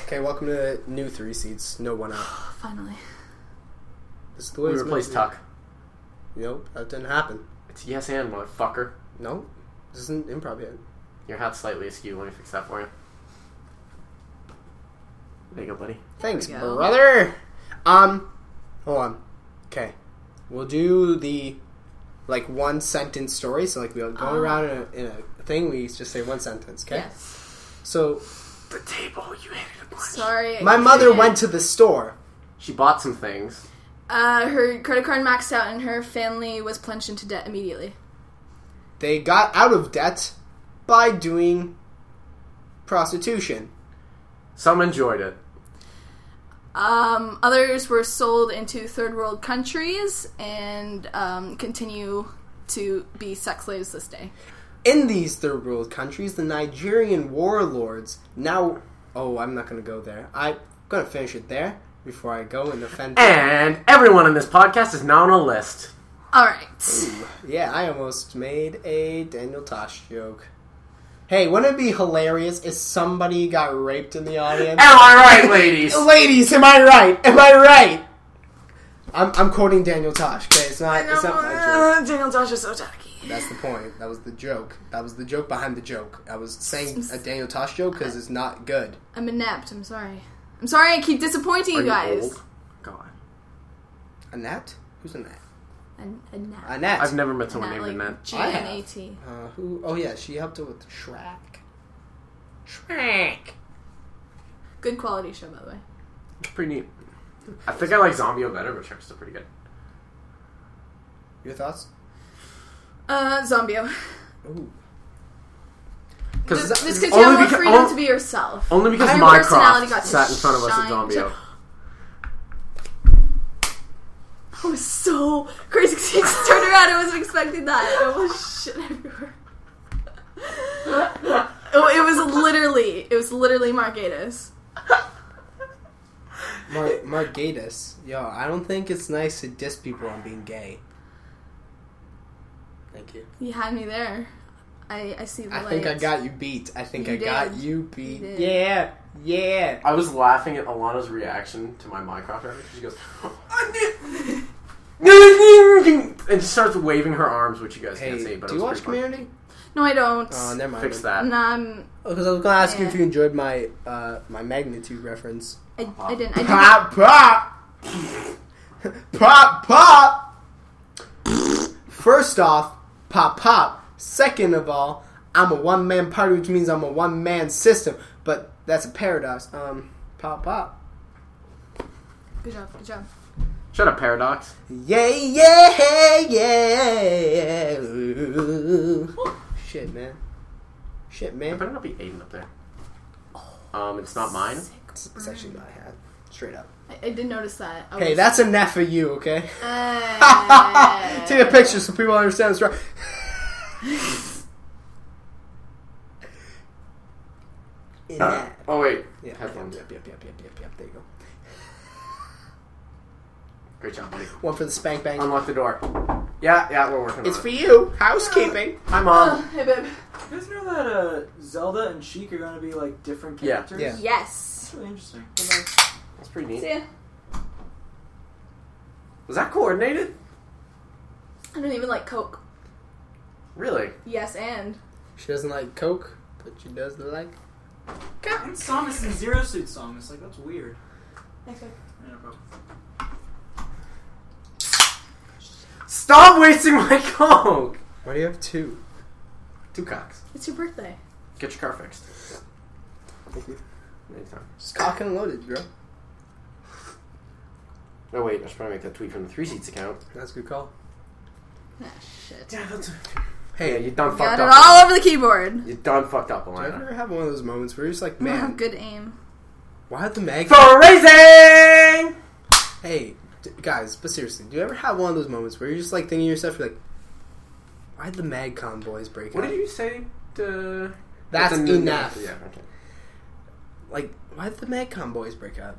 Okay, welcome to the new three seats. No one out.
Finally.
This is the way
We
it's
replace
meant
Tuck.
to be. Nope, that didn't happen.
It's yes and motherfucker.
Nope, this isn't improv yet.
Your hat's slightly askew. Let me fix that for you. There you go, buddy.
Thanks,
There we go.
brother. Um, hold on. Okay, we'll do the like one sentence story. So like we'll go around in a, in a thing. We just say one sentence. Okay.
Uh-huh. Yes.
So
The table you hated a bunch.
Sorry. I
my mother
couldn't.
went to the store.
She bought some things.
Uh, her credit card maxed out, and her family was plunged into debt immediately.
They got out of debt by doing prostitution.
Some enjoyed it.
Um, others were sold into third world countries and um, continue to be sex slaves this day.
In these third world countries, the Nigerian warlords now. Oh, I'm not gonna go there. I'm gonna finish it there before I go and offend.
Eh,
And everyone in this podcast is now on a list.
All right.
Yeah, I almost made a Daniel Tosh joke. Hey, wouldn't it be hilarious if somebody got raped in the audience?
Am I right, ladies?
Ladies, am I right? Am I right? I'm, I'm quoting Daniel Tosh. Okay, it's not it's not my joke.
Daniel Josh is so tacky.
That's the point. That was the joke. That was the joke behind the joke. I was saying a Daniel Tosh joke because it's not good.
I'm inept. I'm sorry. I'm sorry. I keep disappointing you guys.
old? God.
Annette? Who's Annette?
An- inept.
Annette.
I've never met someone
Not
named
like
Annette.
G
I
N
have.
A T.
Uh, who? Oh yeah, she helped her with Shrek.
Good quality show, by the way.
Pretty neat. I think I like Zombio better, but Shrek's still pretty good.
Your thoughts?
Uh, Zombio.
Ooh.
Because
This, this gives you more
beca-
freedom
on-
to be yourself.
only because
Her
Minecraft
personality got to
sat in front of us at
shine
Zombio.
to- I was so crazy. 'cause She just turned around. I wasn't expecting that. It was shit everywhere. Oh, it was literally. It was literally Mark Gatiss.
Mar- Margatus. Yo, I don't think it's nice to diss people on being gay. Thank you.
You had me there. I, I see the
I
light.
think I got you beat. I think
You
I got
did.
you beat.
You did.
yeah, yeah.
I was laughing at Alana's reaction to my Minecraft reference. She goes, and she starts waving her arms, which you guys can't see.
Hey,
But
do
it
you
was
watch
pretty fun.
Community?
No, I don't.
Oh, never mind.
Fix that.
No, I'm,
Because I was gonna ask you if
Yeah.
you enjoyed my uh, my magnitude reference.
I, I didn't. I didn't.
Pop, pop, pop, pop. First off, pop, pop. Second of all, I'm a one man party, which means I'm a one man system. But that's a paradox. Um, pop, pop.
Good job. Good job.
Shut up, Paradox.
Yeah, yeah, yeah. Ooh. Shit, man. Shit,
It
man.
better not be Aiden up there. Um, it's not mine.
It's, it's actually my hat. Straight up.
I, I did notice that. I
Hey,
was-
that's enough of you, okay?
Uh,
Take a picture so people understand it's right. yeah.
Oh wait,
Yeah,
headphones.
Yep, yep, yep, yep, yep, yep. There you go.
Great job, buddy.
One for the spank bang.
Unlock the door. Yeah, yeah, we're working
it's
on
for
it.
you. Housekeeping.
Hi, mom.
hey, babe.
You guys know that uh, Zelda and Sheik are going to be like different
Yeah.
characters?
Yeah.
Yes.
It's really interesting.
That's pretty neat.
See ya.
Was that coordinated?
I don't even like Coke.
Really?
Yes, and
She doesn't like Coke, but she does like.
Captain Thomas and Zero Suit Thomas. Like, that's weird.
Next one.
Stop wasting my coke.
Why do you have two?
Two cocks.
It's your birthday.
Get your car fixed. Thank you. Anytime.
Just cock and loaded, bro.
No wait, I should probably make that tweet from the three seats account.
That's a good call.
Nah, Ah, shit.
Yeah, that's
Yeah,
Hey,
you done
Got
fucked
it
up.
all over the keyboard.
You done fucked up,
do you
Alana.
ever have one of those moments where you're just like,
I have
man,
good aim.
why did the mag?
For raising.
Hey, d- guys, but seriously, do you ever have one of those moments where you're just like thinking to yourself, you're like, why did the MagCon boys break
What
up?
did you say? To...
That's
It's a new-
enough.
Yeah. Okay.
Like, why did the MagCon boys break up?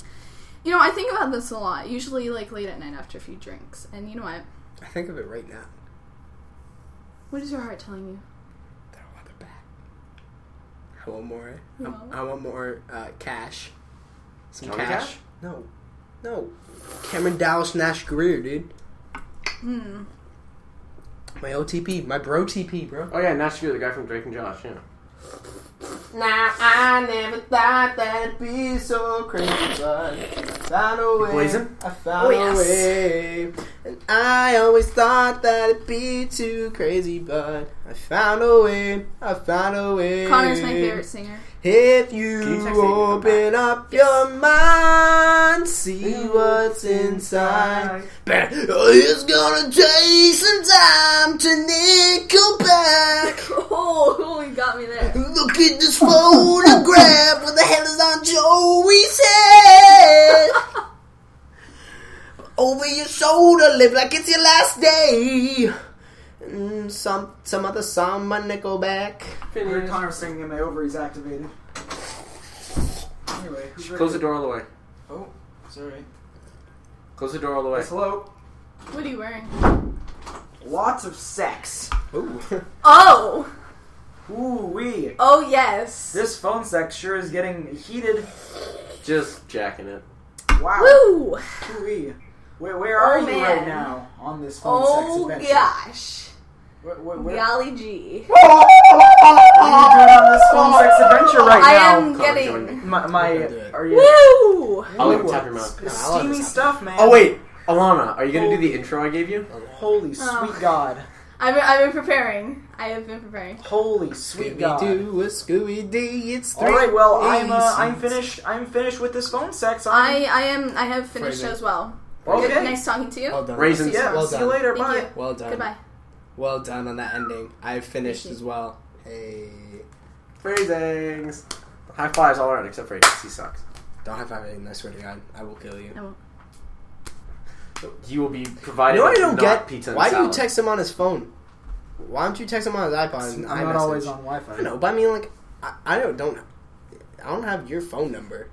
You know, I think about this a lot. Usually, like late at night after a few drinks. And you know what?
I think of it right now.
What is your heart telling you?
They're on their back. I want more.
You
I-
want
I want more uh, cash. Some
Johnny
cash.
Cash?
No, no. Cameron Dallas Nash Greer, dude.
Hmm.
My OTP, my bro TP, bro.
Oh yeah, Nash, you're the guy from Drake and Josh. Yeah.
Now I never thought that'd be so crazy, but I found a way.
Blazin'?
I found
Oh, yes.
a way, and I always thought that it'd be too crazy, but I found a way. I found a way.
Connor's my favorite singer.
If
Can you
you
text me when you come
open up your mind, see what's inside. Bah. It's gonna take some time to nickel back.
Oh, oh, you got me there.
Look at this photograph. What the hell is on Joey's head? Over your shoulder, live like it's your last day. Mm, some some other song by Nickelback.
Weird Connor was singing and my ovaries activated. Anyway, who's ready?
Close the door all the way.
Oh, sorry.
Close the door all the way.
Yes, hello.
What are you wearing?
Lots of sex.
Ooh.
Oh,
Ooh wee.
oh yes.
This phone sex sure is getting heated.
Just jacking it.
Wow.
Woo!
Ooh wee. Where, where are
Oh,
you
man.
right now on this phone
Oh
sex adventure?
gosh,
Where, where, where-
golly gee!
What are you doing on this phone sex adventure right
Oh, I
now?
am
Connor,
getting
join
My, my
do it.
are you?
woo.
I'll let him tap your mouth.
It's Steamy stuff, man.
Oh wait, Alana, are you gonna do the intro I gave you?
Oh.
Holy sweet God.
I've been, I've been preparing. I have been preparing.
Holy sweet God.
Doo, a Scooby Dee, it's
All right, well, I'm uh, I'm
seasons.
finished. I'm finished with this phone sex.
I
I'm,
I am I have finished
Phrasing.
as well.
okay. Oh,
Good, nice talking to you.
Well done.
Raisins.
Yeah.
Well
see
done.
you later.
Thank
Bye.
you.
Well done.
Goodbye.
Well done on that ending. I finished
Thank you.
as well. Hey.
Phrasings. High fives all around except for Aiden. He sucks.
Don't high five Aiden, I swear to God. I will kill you.
I won't.
You will be provided.
You know what I
with
don't
not
get?
Pizza and
Why do you
salad.
text him on his phone? Why don't you text him on his iPod?
I'm
And
not
iMessage?
always on Wi-Fi.
I know, but I mean, like, I, I don't don't I don't have your phone number,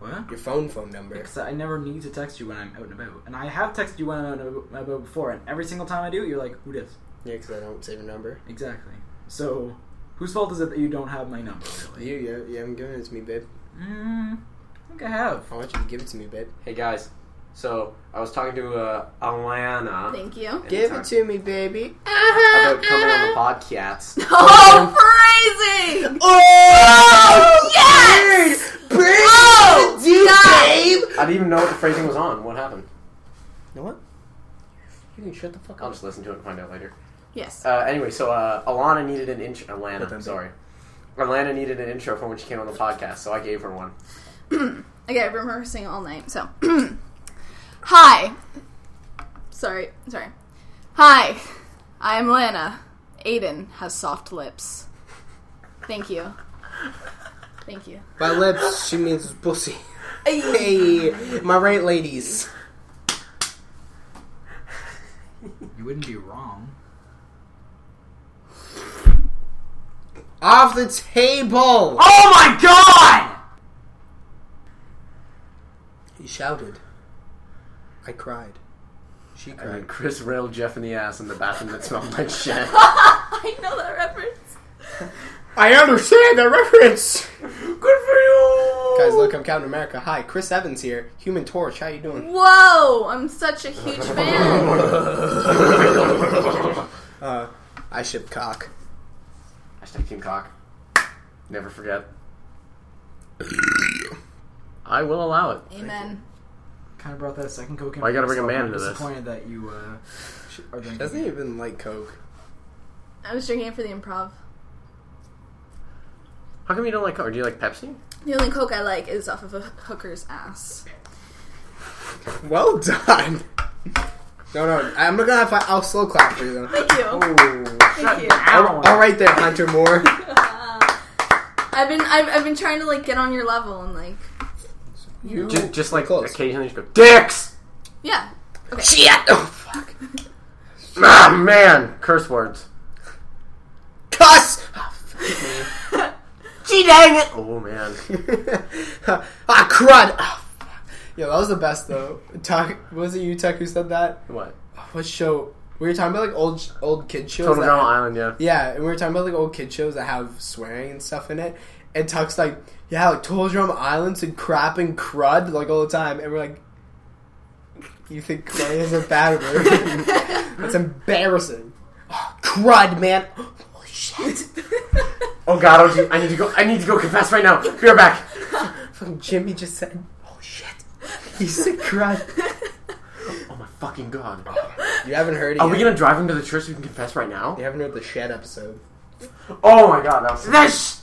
What?
your phone phone number.
Because I never need to text you when I'm out and about, and I have texted you when I'm out and about before, and every single time I do, you're like, "Who does?"
Yeah, because I don't save your number.
Exactly. So, whose fault is it that you don't have my number? Really?
You, yeah, yeah, I'm giving it to me, babe.
Mm, I think I have.
I want you to give it to me, babe.
Hey guys, so I was talking to uh, Alana
Thank you.
Give it to me, baby.
Uh-huh,
about coming on the podcast.
Oh, phrasing!
Oh,
Yes!
Bring
Oh,
it to
God.
babe.
I didn't even know what the phrasing was on. What happened?
You know what? You can shut the fuck
I'll
up.
just listen to it and find out later.
Yes.
Uh, anyway, so uh, Alana needed an intro.
Let
Alana,
them
I'm
be.
sorry. Alana needed an intro for when she came on the podcast, so I gave her one.
Okay, I've been rehearsing all night, so. Hi. Sorry, sorry. Hi, I'm Lana. Aiden has soft lips. Thank you. Thank you.
By lips, she means pussy. Hey, my right, ladies.
You wouldn't be wrong.
Off the table.
Oh my God!
He shouted. I cried. She
And then
cried.
Chris railed Jeff in the ass in the bathroom that smelled like shit.
I know that reference.
I understand the reference.
Good for you,
Guys, look, I'm Captain America. Hi, Chris Evans here. Human Torch. How you doing?
Whoa, I'm such a huge fan.
Uh, I ship cock.
Hashtag Team Cock. Never forget. I will allow it.
Amen.
Kind of brought that second Coke. in
Why you gotta
for
bring a
yourself.
man
I'm
into this?
Disappointed that you uh, sh- are drinking.
Doesn't even like Coke.
I was drinking it for the improv.
How come you don't like Coke? Or do you like Pepsi?
The only Coke I like is off of a hooker's ass.
Well done. No, no, I'm not gonna. Have, I'll slow clap for you though.
Thank you.
Oh,
Thank you.
ow.
All right, there, Hunter Moore.
I've been I've, I've been trying to like get on your level and like
You
Just, just like
Close.
occasionally just go, dicks!
yeah. Okay.
Oh fuck.
Ah, man! Curse words.
Cuss.
Gee dang it! Oh, man.
ah, crud. Oh, fuck. Yo, that was the best though. Tuck, was it you, Tuck, who said that?
What?
What show? We were talking about like old old kid shows.
Total
that-
Drama Island, yeah.
Yeah, and we were talking about like old kid shows that have swearing and stuff in it. And Tuck's like, yeah, like Total Drum Island said crap and crud like all the time. And we're like, you think crud is a bad word? That's embarrassing. Oh, crud, man. Holy shit.
Oh god, oh, gee, I need to go. I need to go confess right now. Be right back. Oh,
Fucking Jimmy just said, oh shit. He said crud.
Oh my fucking god.
You haven't heard it
Are
yet.
we gonna drive him to the church so we can confess right now?
You haven't heard the shed episode.
Oh my god, that was.
This.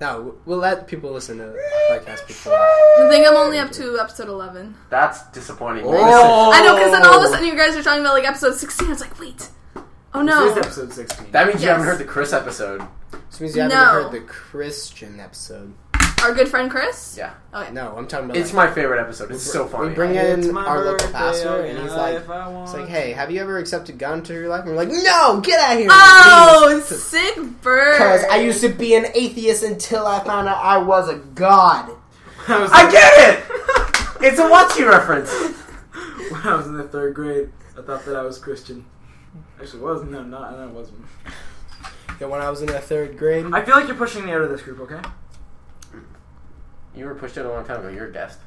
No, we'll let people listen to the podcast before.
I think I'm only up to episode eleven.
That's disappointing.
Oh.
I know because then all of a sudden you guys are talking about like episode sixteen. I was like, wait, oh no,
This is episode sixteen.
That means you
Yes.
haven't heard the Chris episode.
Which means you haven't
No.
heard the Christian episode.
our good friend Chris.
Yeah.
Okay.
No, I'm talking about
It's
like,
my favorite episode. It's so funny.
We bring
It's
in
my
our local
birthday,
pastor,
I'll
and he's
get
like,
high if I
it's
want
like, hey, have you ever accepted God into your life? And we're like, no, get out of here.
Oh, sick bird.
Because I used to be an atheist until I found out I was a god.
I was,
I get it. it's a Watchy reference.
when I was in the third grade, I thought that I was Christian. Actually, wasn't. No, not. I wasn't.
Yeah, when I was in the third grade,
I feel like you're pushing me out of this group. Okay.
You were pushed out a long time ago. You're a guest.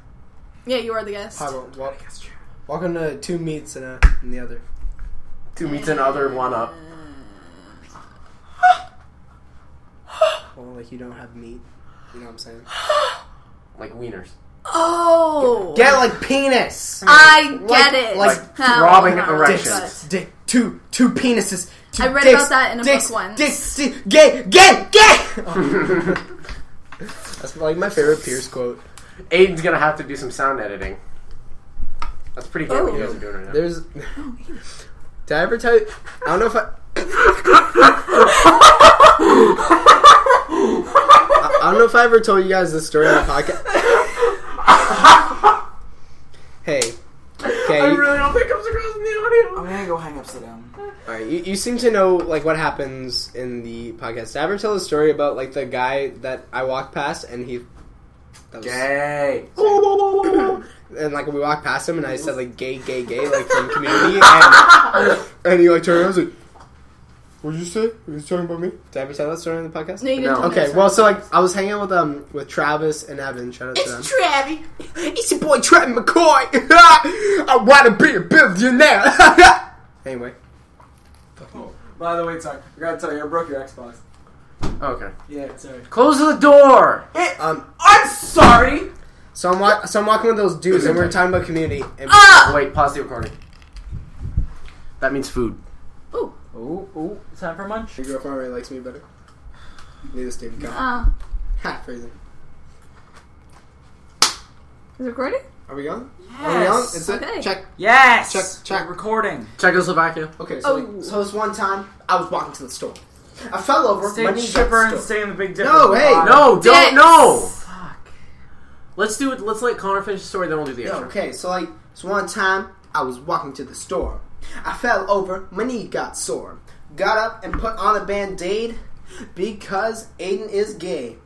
yeah, you are the guest.
I wa- wa- welcome to two meets and, a, and the other.
Two meets another one up.
Well, like you don't have meat. You know what I'm saying?
Like wieners.
Oh,
Get like penis.
I
Like-
get it.
like
How
throbbing
not?
erections.
But-
Dicks, dick, two, two penises. Two
I read
dicks,
about that in a
dicks,
book once.
Dicks, di- gay, gay, gay. That's like my favorite Pierce quote.
Aiden's gonna have to do some sound editing. That's pretty good. What
Oh.
you guys are doing right now.
There's. Did I ever tell you? I don't know if I. I, I don't know if I ever told you guys this story on the podcast. hey, okay,
I really don't think it comes across in the
I'm
audio.
gonna go hang upside down.
all right. You, you seem to know like what happens in the podcast. Did I ever tell the story about like the guy that I walked past and he? That was,
Gay.
and like we walked past him and I said like gay, gay, gay, like from Community, and, and he like turned around and was like, "What'd you say? Are you talking about me?" Did I ever tell that story on the podcast?
No, you didn't. tell
No.
me
Okay,
that.
well, so like I was hanging out with um with Travis and Evan. Shout out to them.
Travi.
It's your boy Trevor McCoy. I want to be a billionaire. anyway,
By the way, sorry. I gotta tell you, I broke your Xbox.
Oh, Okay.
Yeah, sorry.
Close the door.
um,
I'm sorry.
so I'm wa- so I'm walking with those dudes and we we're talking about community. And
Ah.
Wait, pause the recording. That means food.
Ooh.
Ooh, ooh, it's time for lunch.
your girlfriend already likes me better. Need this dude to come.
Uh,
Ha, phrasing.
is it recording?
Are we on? Are we on?
Yes.
Is it
Okay.
check?
Yes.
Check- check.
Recording.
Czechoslovakia.
Okay, so,
Oh.
like, so this one time, I was walking to the store. I fell over. my
Stay
knee got
chipper and
stuck.
stay in the Big Dipper.
No, hey,
Bye.
No,
Dicks.
don't. No.
Fuck.
Let's do it. Let's let Connor finish the story, then we'll do the
No,
outro.
okay, so like, so one time, I was walking to the store. I fell over. My knee got sore. Got up and put on a band aid because Aiden is gay.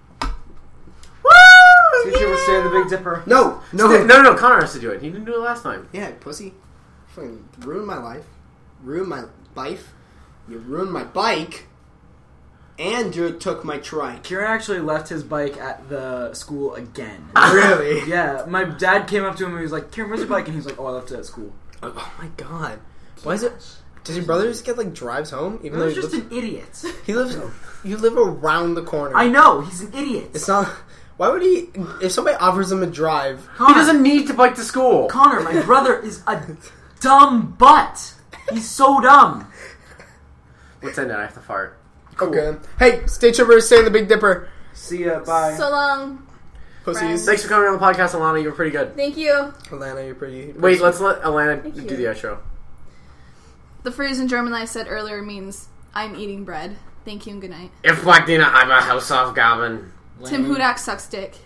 Stay chipper and stay in the Big Dipper.
No, no,
No, no, no. Connor has to do it. He didn't do it last time.
Yeah, pussy. Fucking ruined my life. Ruined my life. You ruined my bike. And you took my trike.
Kieran actually left his bike at the school again.
really?
yeah, my dad came up to him and he was like, Kieran, where's your bike? And he was like, oh, I left it at school.
Oh my god. Oh Why is it? Does your brother just get like drives home? Even
He
though
was
he
just
lives,
an idiot.
he lives, you live around the corner.
I know he's an idiot.
It's not. Why would he? If somebody offers him a drive,
Connor,
He doesn't need to bike to school.
Connor, my brother is a dumb butt. He's so dumb.
Let's end it. I have to fart.
okay. Hey, state troopers, stay in the Big Dipper,
See ya. Bye.
So long.
pussies.
Thanks for coming on the podcast, Alana. You were pretty good.
Thank you.
Alana, you're pretty.
Wait, let's let Alana
Thank
do the
you.
outro.
The phrase in German that I said earlier means "I'm eating bread." Thank you and good night.
If Black Dina, I'm a House of Goblin.
Tim Hudak sucks dick.